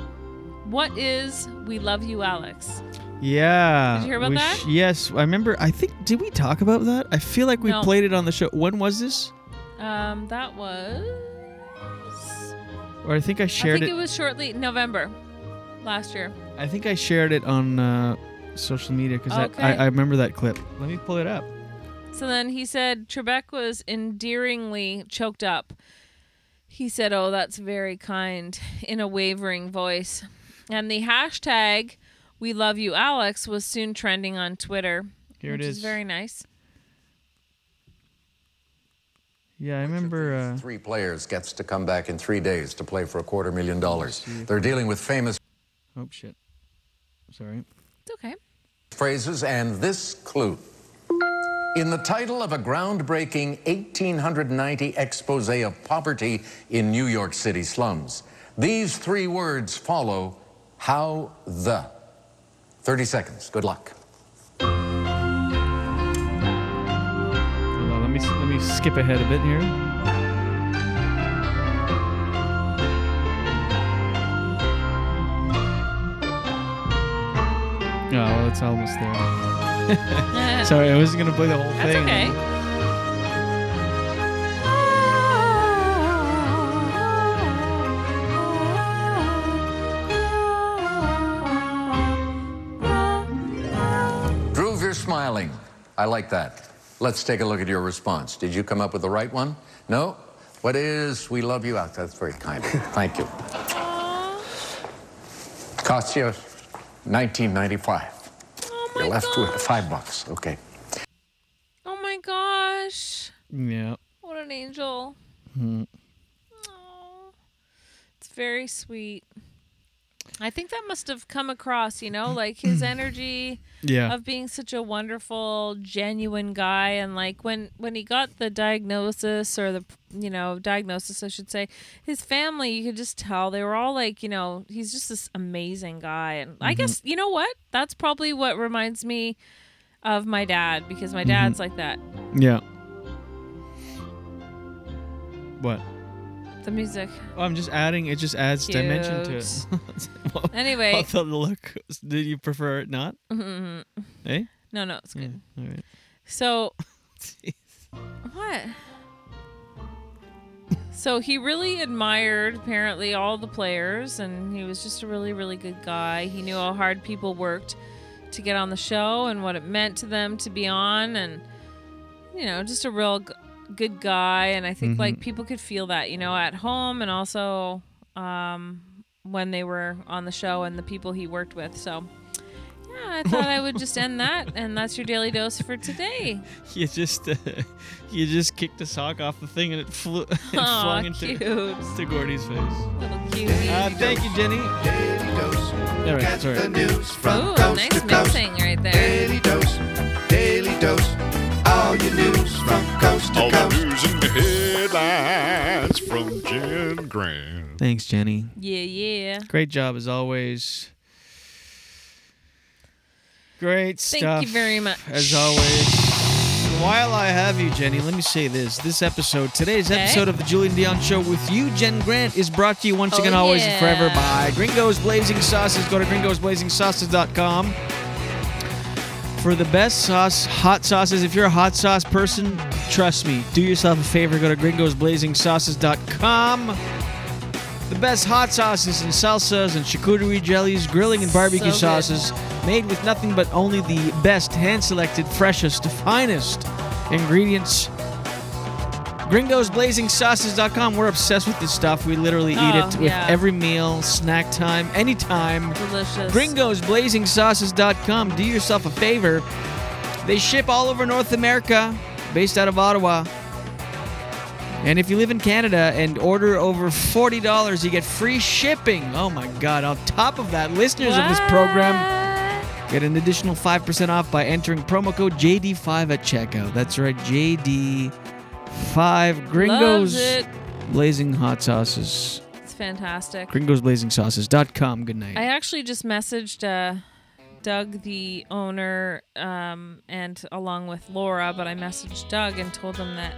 Speaker 1: What is We Love You, Alex?
Speaker 9: Yeah.
Speaker 1: Did you hear about
Speaker 9: we
Speaker 1: that?
Speaker 9: yes, I remember. I think did we talk about that? I feel like we
Speaker 1: No.
Speaker 9: played it on the show. When was this?
Speaker 1: Um, that was.
Speaker 9: Or I think I shared
Speaker 1: I think
Speaker 9: it.
Speaker 1: it was shortly November last year.
Speaker 9: I think I shared it on uh, social media because
Speaker 1: Okay.
Speaker 9: I, I remember that clip. Let me pull it up.
Speaker 1: So then he said Trebek was endearingly choked up. He said, Oh, that's very kind in a wavering voice. And the hashtag we love you, Alex, was soon trending on Twitter.
Speaker 9: Here it
Speaker 1: which
Speaker 9: is.
Speaker 1: very nice.
Speaker 9: Yeah, I remember. Uh,
Speaker 11: Three players gets to come back in three days to play for a quarter million dollars. They're dealing with famous
Speaker 9: oh shit. Sorry.
Speaker 1: It's okay.
Speaker 11: phrases and this clue. In the title of a groundbreaking 1890 expose of poverty in New York City slums, these three words follow how the. 30 seconds. Good luck.
Speaker 9: Hold on, let me s- let me skip ahead a bit here. Oh, well, it's almost there. Sorry, I wasn't gonna play the whole
Speaker 1: That's
Speaker 9: thing.
Speaker 1: okay.
Speaker 11: Drew, you're smiling. I like that. Let's take a look at your response. Did you come up with the right one? No? What is we love you out? That's very kind of you. Thank you. Cost you 1995. You're left with five bucks. Okay.
Speaker 1: Oh my gosh.
Speaker 9: Yeah.
Speaker 1: What an angel.
Speaker 9: Hmm.
Speaker 1: It's very sweet. I think that must have come across, you know, like his energy
Speaker 9: Yeah.
Speaker 1: of being such a wonderful, genuine guy and like when when he got the diagnosis or the you know, diagnosis I should say, his family, you could just tell they were all like, you know, he's just this amazing guy and
Speaker 13: Mhm.
Speaker 1: I
Speaker 9: Mm-hmm.
Speaker 1: guess you know what? That's probably what reminds me of my dad because my
Speaker 9: Mhm.
Speaker 1: dad's like that.
Speaker 9: Yeah. What?
Speaker 1: The music.
Speaker 9: Oh, I'm just adding. It just adds dimension to it. Well,
Speaker 1: Anyway.
Speaker 9: I thought the look. was- Did you prefer it not?
Speaker 1: Mhm.
Speaker 9: Eh?
Speaker 1: No, no, it's good.
Speaker 9: Yeah, all right.
Speaker 1: So, what? So he really admired apparently all the players, and he was just a really, really good guy. He knew how hard people worked to get on the show and what it meant to them to be on, and you know, just a real g- good guy. And I think like
Speaker 15: Mhm.
Speaker 1: people could feel that, you know, at home and also um, when they were on the show and the people he worked with. So. Yeah, I thought I would just end that, and that's your daily dose for today.
Speaker 9: You just uh, you just kicked a sock off the thing and it flew and
Speaker 1: Aw,
Speaker 9: flung into
Speaker 1: cute.
Speaker 9: to Gordy's face.
Speaker 1: Uh,
Speaker 9: thank you, Jenny. All right, sorry.
Speaker 1: Ooh, nice mixing right there.
Speaker 16: Daily dose. All your news from coast to coast.
Speaker 7: News and headlines from Jen Grant.
Speaker 9: Thanks, Jenny.
Speaker 1: Yeah, yeah.
Speaker 9: Great job as always. Great
Speaker 1: Thank
Speaker 9: stuff.
Speaker 1: you very much.
Speaker 9: As always. while I have you, Jenny, let me say this. This episode, today's
Speaker 13: Okay.
Speaker 9: episode of The Julian Dion Show with you, Jen Grant, is brought to you once
Speaker 13: Oh,
Speaker 9: again, always, and
Speaker 13: yeah.
Speaker 9: forever by Gringos Blazing Sauces. Go to gringosblazingsauces.com for the best sauce, hot sauces. If you're a hot sauce person, trust me, do yourself a favor. Go to gringosblazingsauces.com. The best hot sauces and salsas and charcuterie jellies, grilling and barbecue
Speaker 13: So good.
Speaker 9: sauces made with nothing but only the best hand selected, freshest, finest ingredients. GringosBlazingSauces.com. We're obsessed with this stuff. We literally eat
Speaker 13: Oh,
Speaker 9: it with
Speaker 13: yeah.
Speaker 9: every meal, snack time, anytime.
Speaker 13: Delicious.
Speaker 9: GringosBlazingSauces.com. Do yourself a favor. They ship all over North America, based out of Ottawa. And if you live in Canada and order over $40, you get free shipping. Oh my God. On top of that, listeners of this program get an additional 5% off by entering promo code JD5 at checkout. That's right, JD5
Speaker 1: Loves
Speaker 9: Gringos
Speaker 1: it.
Speaker 9: Blazing Hot Sauces.
Speaker 1: It's fantastic.
Speaker 9: GringosBlazingSauces.com. Good night.
Speaker 1: I actually just messaged uh, Doug, the owner, um, and along with Laura, but I messaged Doug and told him that.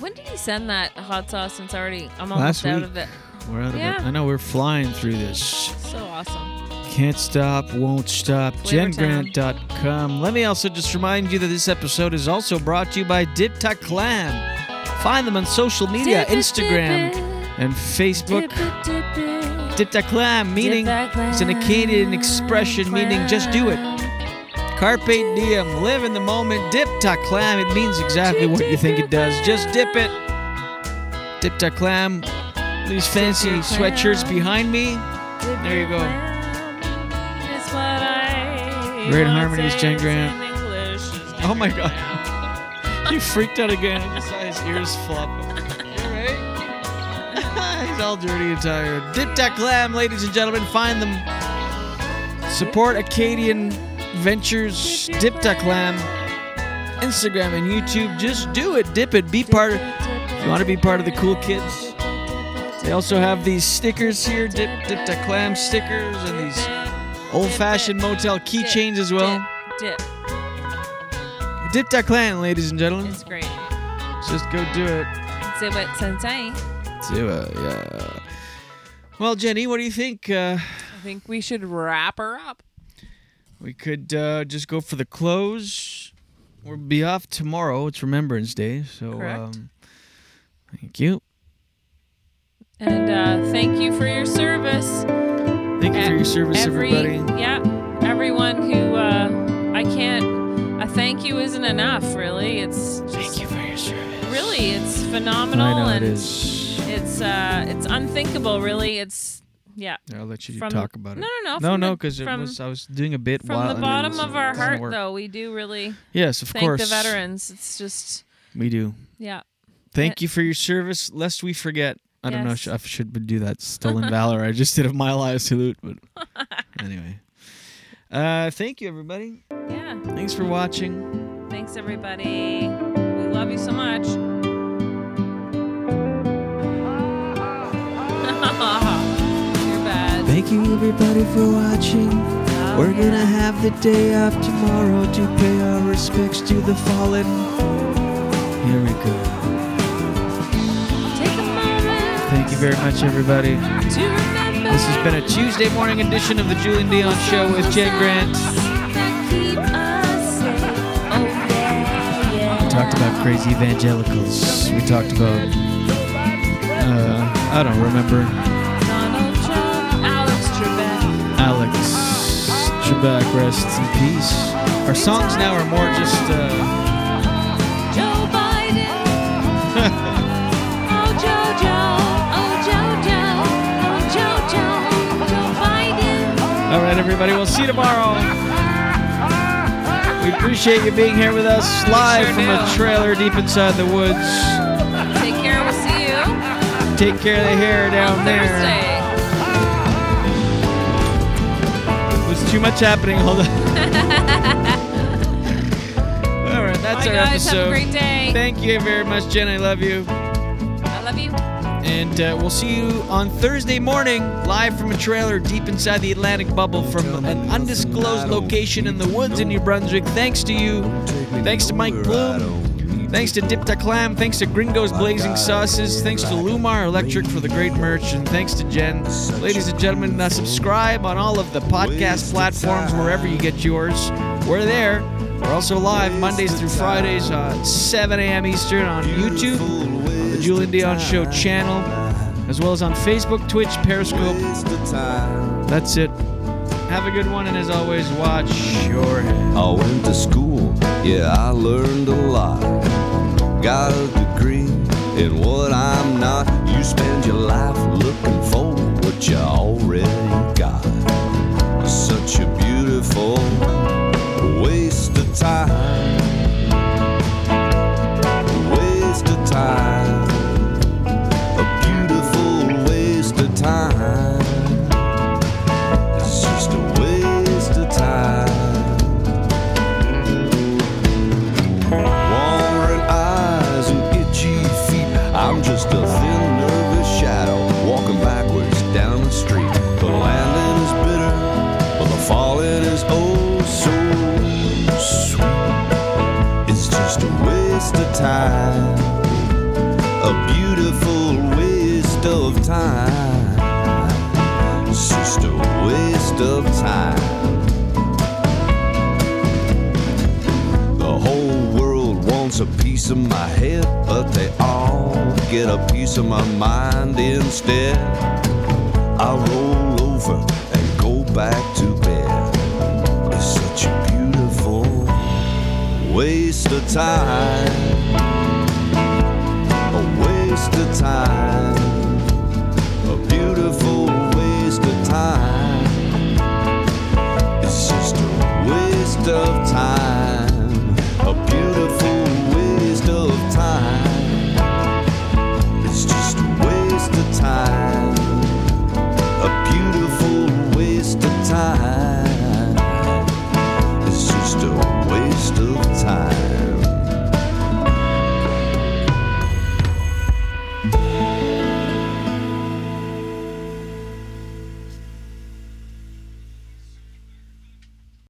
Speaker 1: When did he send that hot sauce? Since already I'm almost
Speaker 9: Last
Speaker 1: out
Speaker 9: week.
Speaker 1: of it.
Speaker 9: We're out of
Speaker 1: yeah.
Speaker 9: it. I know we're flying through this.
Speaker 1: So awesome.
Speaker 9: Can't stop, won't stop.
Speaker 1: Flavortown.
Speaker 9: JenGrant.com. Let me also just remind you that this episode is also brought to you by Dipta Clam. Find them on social media
Speaker 1: Dip it,
Speaker 9: Instagram
Speaker 1: dip
Speaker 9: and Facebook.
Speaker 1: Dip it, dip it.
Speaker 9: Dipta Clam, meaning
Speaker 1: Dipta
Speaker 9: it's an Akkadian expression meaning just do it. Carpe diem, live in the moment. Dipta Clam, it means exactly what you think it does. Just dip it. Dipta Clam, these fancy sweatshirts behind me. There you go.
Speaker 1: It's what I
Speaker 9: Great
Speaker 1: want
Speaker 9: harmonies,
Speaker 1: says
Speaker 9: Jen Grant.
Speaker 1: in English is
Speaker 9: Oh my god. You freaked out again. I just saw his ears flop. He's all dirty and tired. Dipta Glam, ladies and gentlemen, find them. Support Acadian Ventures, Dipta Glam, Instagram and YouTube. Just do it. Dip it. Be part of. If you want to be part of the cool kids. They also have these stickers here, Dip Dipta Clam stickers, and these old-fashioned motel keychains as well.
Speaker 1: Dip.
Speaker 9: Dipta Clan, ladies and gentlemen.
Speaker 1: It's great.
Speaker 9: Just go do it.
Speaker 1: Say what, sensei?
Speaker 9: Do it, yeah. Well, Jenny, what do you think? Uh,
Speaker 1: I think we should wrap her up.
Speaker 9: we could uh, just go for the close. We'll be off tomorrow. It's Remembrance Day, so
Speaker 1: Correct.
Speaker 9: um, thank you.
Speaker 1: And uh, thank you for your service. E-,
Speaker 9: Thank you for your service,
Speaker 1: Every,
Speaker 9: everybody.
Speaker 1: Yeah, everyone who uh, I can't. A thank you isn't enough, really. It's thank you for your service. Really, it's phenomenal
Speaker 9: I know it
Speaker 1: and
Speaker 9: is.
Speaker 1: it's uh, it's unthinkable. Really, it's yeah.
Speaker 9: I'll let you
Speaker 1: From-
Speaker 9: talk about it.
Speaker 1: No, no, no.
Speaker 9: no,
Speaker 1: from the-
Speaker 9: no, because it
Speaker 1: from-
Speaker 9: was I was doing a bit
Speaker 1: From
Speaker 9: while
Speaker 1: the
Speaker 9: and it
Speaker 1: bottom
Speaker 9: was-
Speaker 1: of
Speaker 9: it
Speaker 1: our
Speaker 9: doesn't
Speaker 1: heart,
Speaker 9: work.
Speaker 1: though, we do really.
Speaker 9: Yes, of
Speaker 1: thank
Speaker 9: course.
Speaker 1: the veterans. It's just
Speaker 9: We do.
Speaker 1: yeah.
Speaker 9: Thank you for your service. Lest we forget. I don't know.
Speaker 1: Yes.
Speaker 9: Sh- I should do that. Still in valor. I just did a mile high salute, but anyway. Uh, thank you, everybody.
Speaker 1: Yeah.
Speaker 9: Thanks for watching.
Speaker 1: Thanks, everybody. We love you so much. You're bad.
Speaker 15: Thank you everybody for watching.
Speaker 1: Oh,
Speaker 15: We're gonna have the day off tomorrow to pay our respects to the fallen.
Speaker 9: Here we go. Thank you very much, everybody. This has been a Tuesday morning edition of the Julian Dion Show with Jen Grant.
Speaker 1: Oh,
Speaker 9: We talked about crazy evangelicals. We talked about uh, I don't remember
Speaker 1: Donald Trump, Alex Trebek.
Speaker 9: Alex Trebek rests in peace. Our songs now are more just uh,
Speaker 1: Joe Biden. oh, JoJo. Oh, JoJo. Oh, JoJo. Joe Biden.
Speaker 9: all right, everybody. We'll see you tomorrow. We appreciate you being here with us live
Speaker 1: sure
Speaker 9: from
Speaker 1: do.
Speaker 9: a trailer deep inside the woods.
Speaker 1: Take care. We'll see you
Speaker 9: Take care of the hair down there.
Speaker 1: Thursday. eh?
Speaker 9: There's too much happening. Hold on. All right, that's
Speaker 1: Bye,
Speaker 9: our
Speaker 1: guys. Have a
Speaker 9: episode.
Speaker 1: great day.
Speaker 9: Thank you very much, Jen. I love you.
Speaker 1: I love you.
Speaker 9: And uh, we'll see you on Thursday morning, live from a trailer deep inside the Atlantic bubble from an undisclosed location in the woods in New Brunswick. Thanks to you. Thanks to Mike Bloom. Thanks to Dipta Clam. Thanks to Gringo's Blazing Sauces. Thanks to Lumar Electric for the great merch. And thanks to Jen. Ladies and gentlemen, uh, subscribe on all of the podcast platforms wherever you get yours. We're there. We're also live Mondays through Fridays on 7 a.m. Eastern on YouTube, on the Julian Dion Show channel, as well as on Facebook, Twitch, Periscope. That's it. Have a good one, and as always, watch your head.
Speaker 17: I went to school, yeah, I learned a lot. Got a degree in what I'm not. You spend your life looking for what you already got. Such a beautiful waste of time. Waste of time. A beautiful waste of time. It's just a waste of time. Wandering eyes and itchy feet. I'm just a thin, nervous shadow walking backwards down the street. The landing is bitter, but the falling is oh so sweet. It's just a waste of time, a beautiful waste of time. It's just a waste of time. The whole world wants a piece of my head, but they all get a piece of my mind instead. I roll over and go back to bed. It's such a beautiful waste of time. A waste of time. A beautiful waste of time. It's just a waste of time.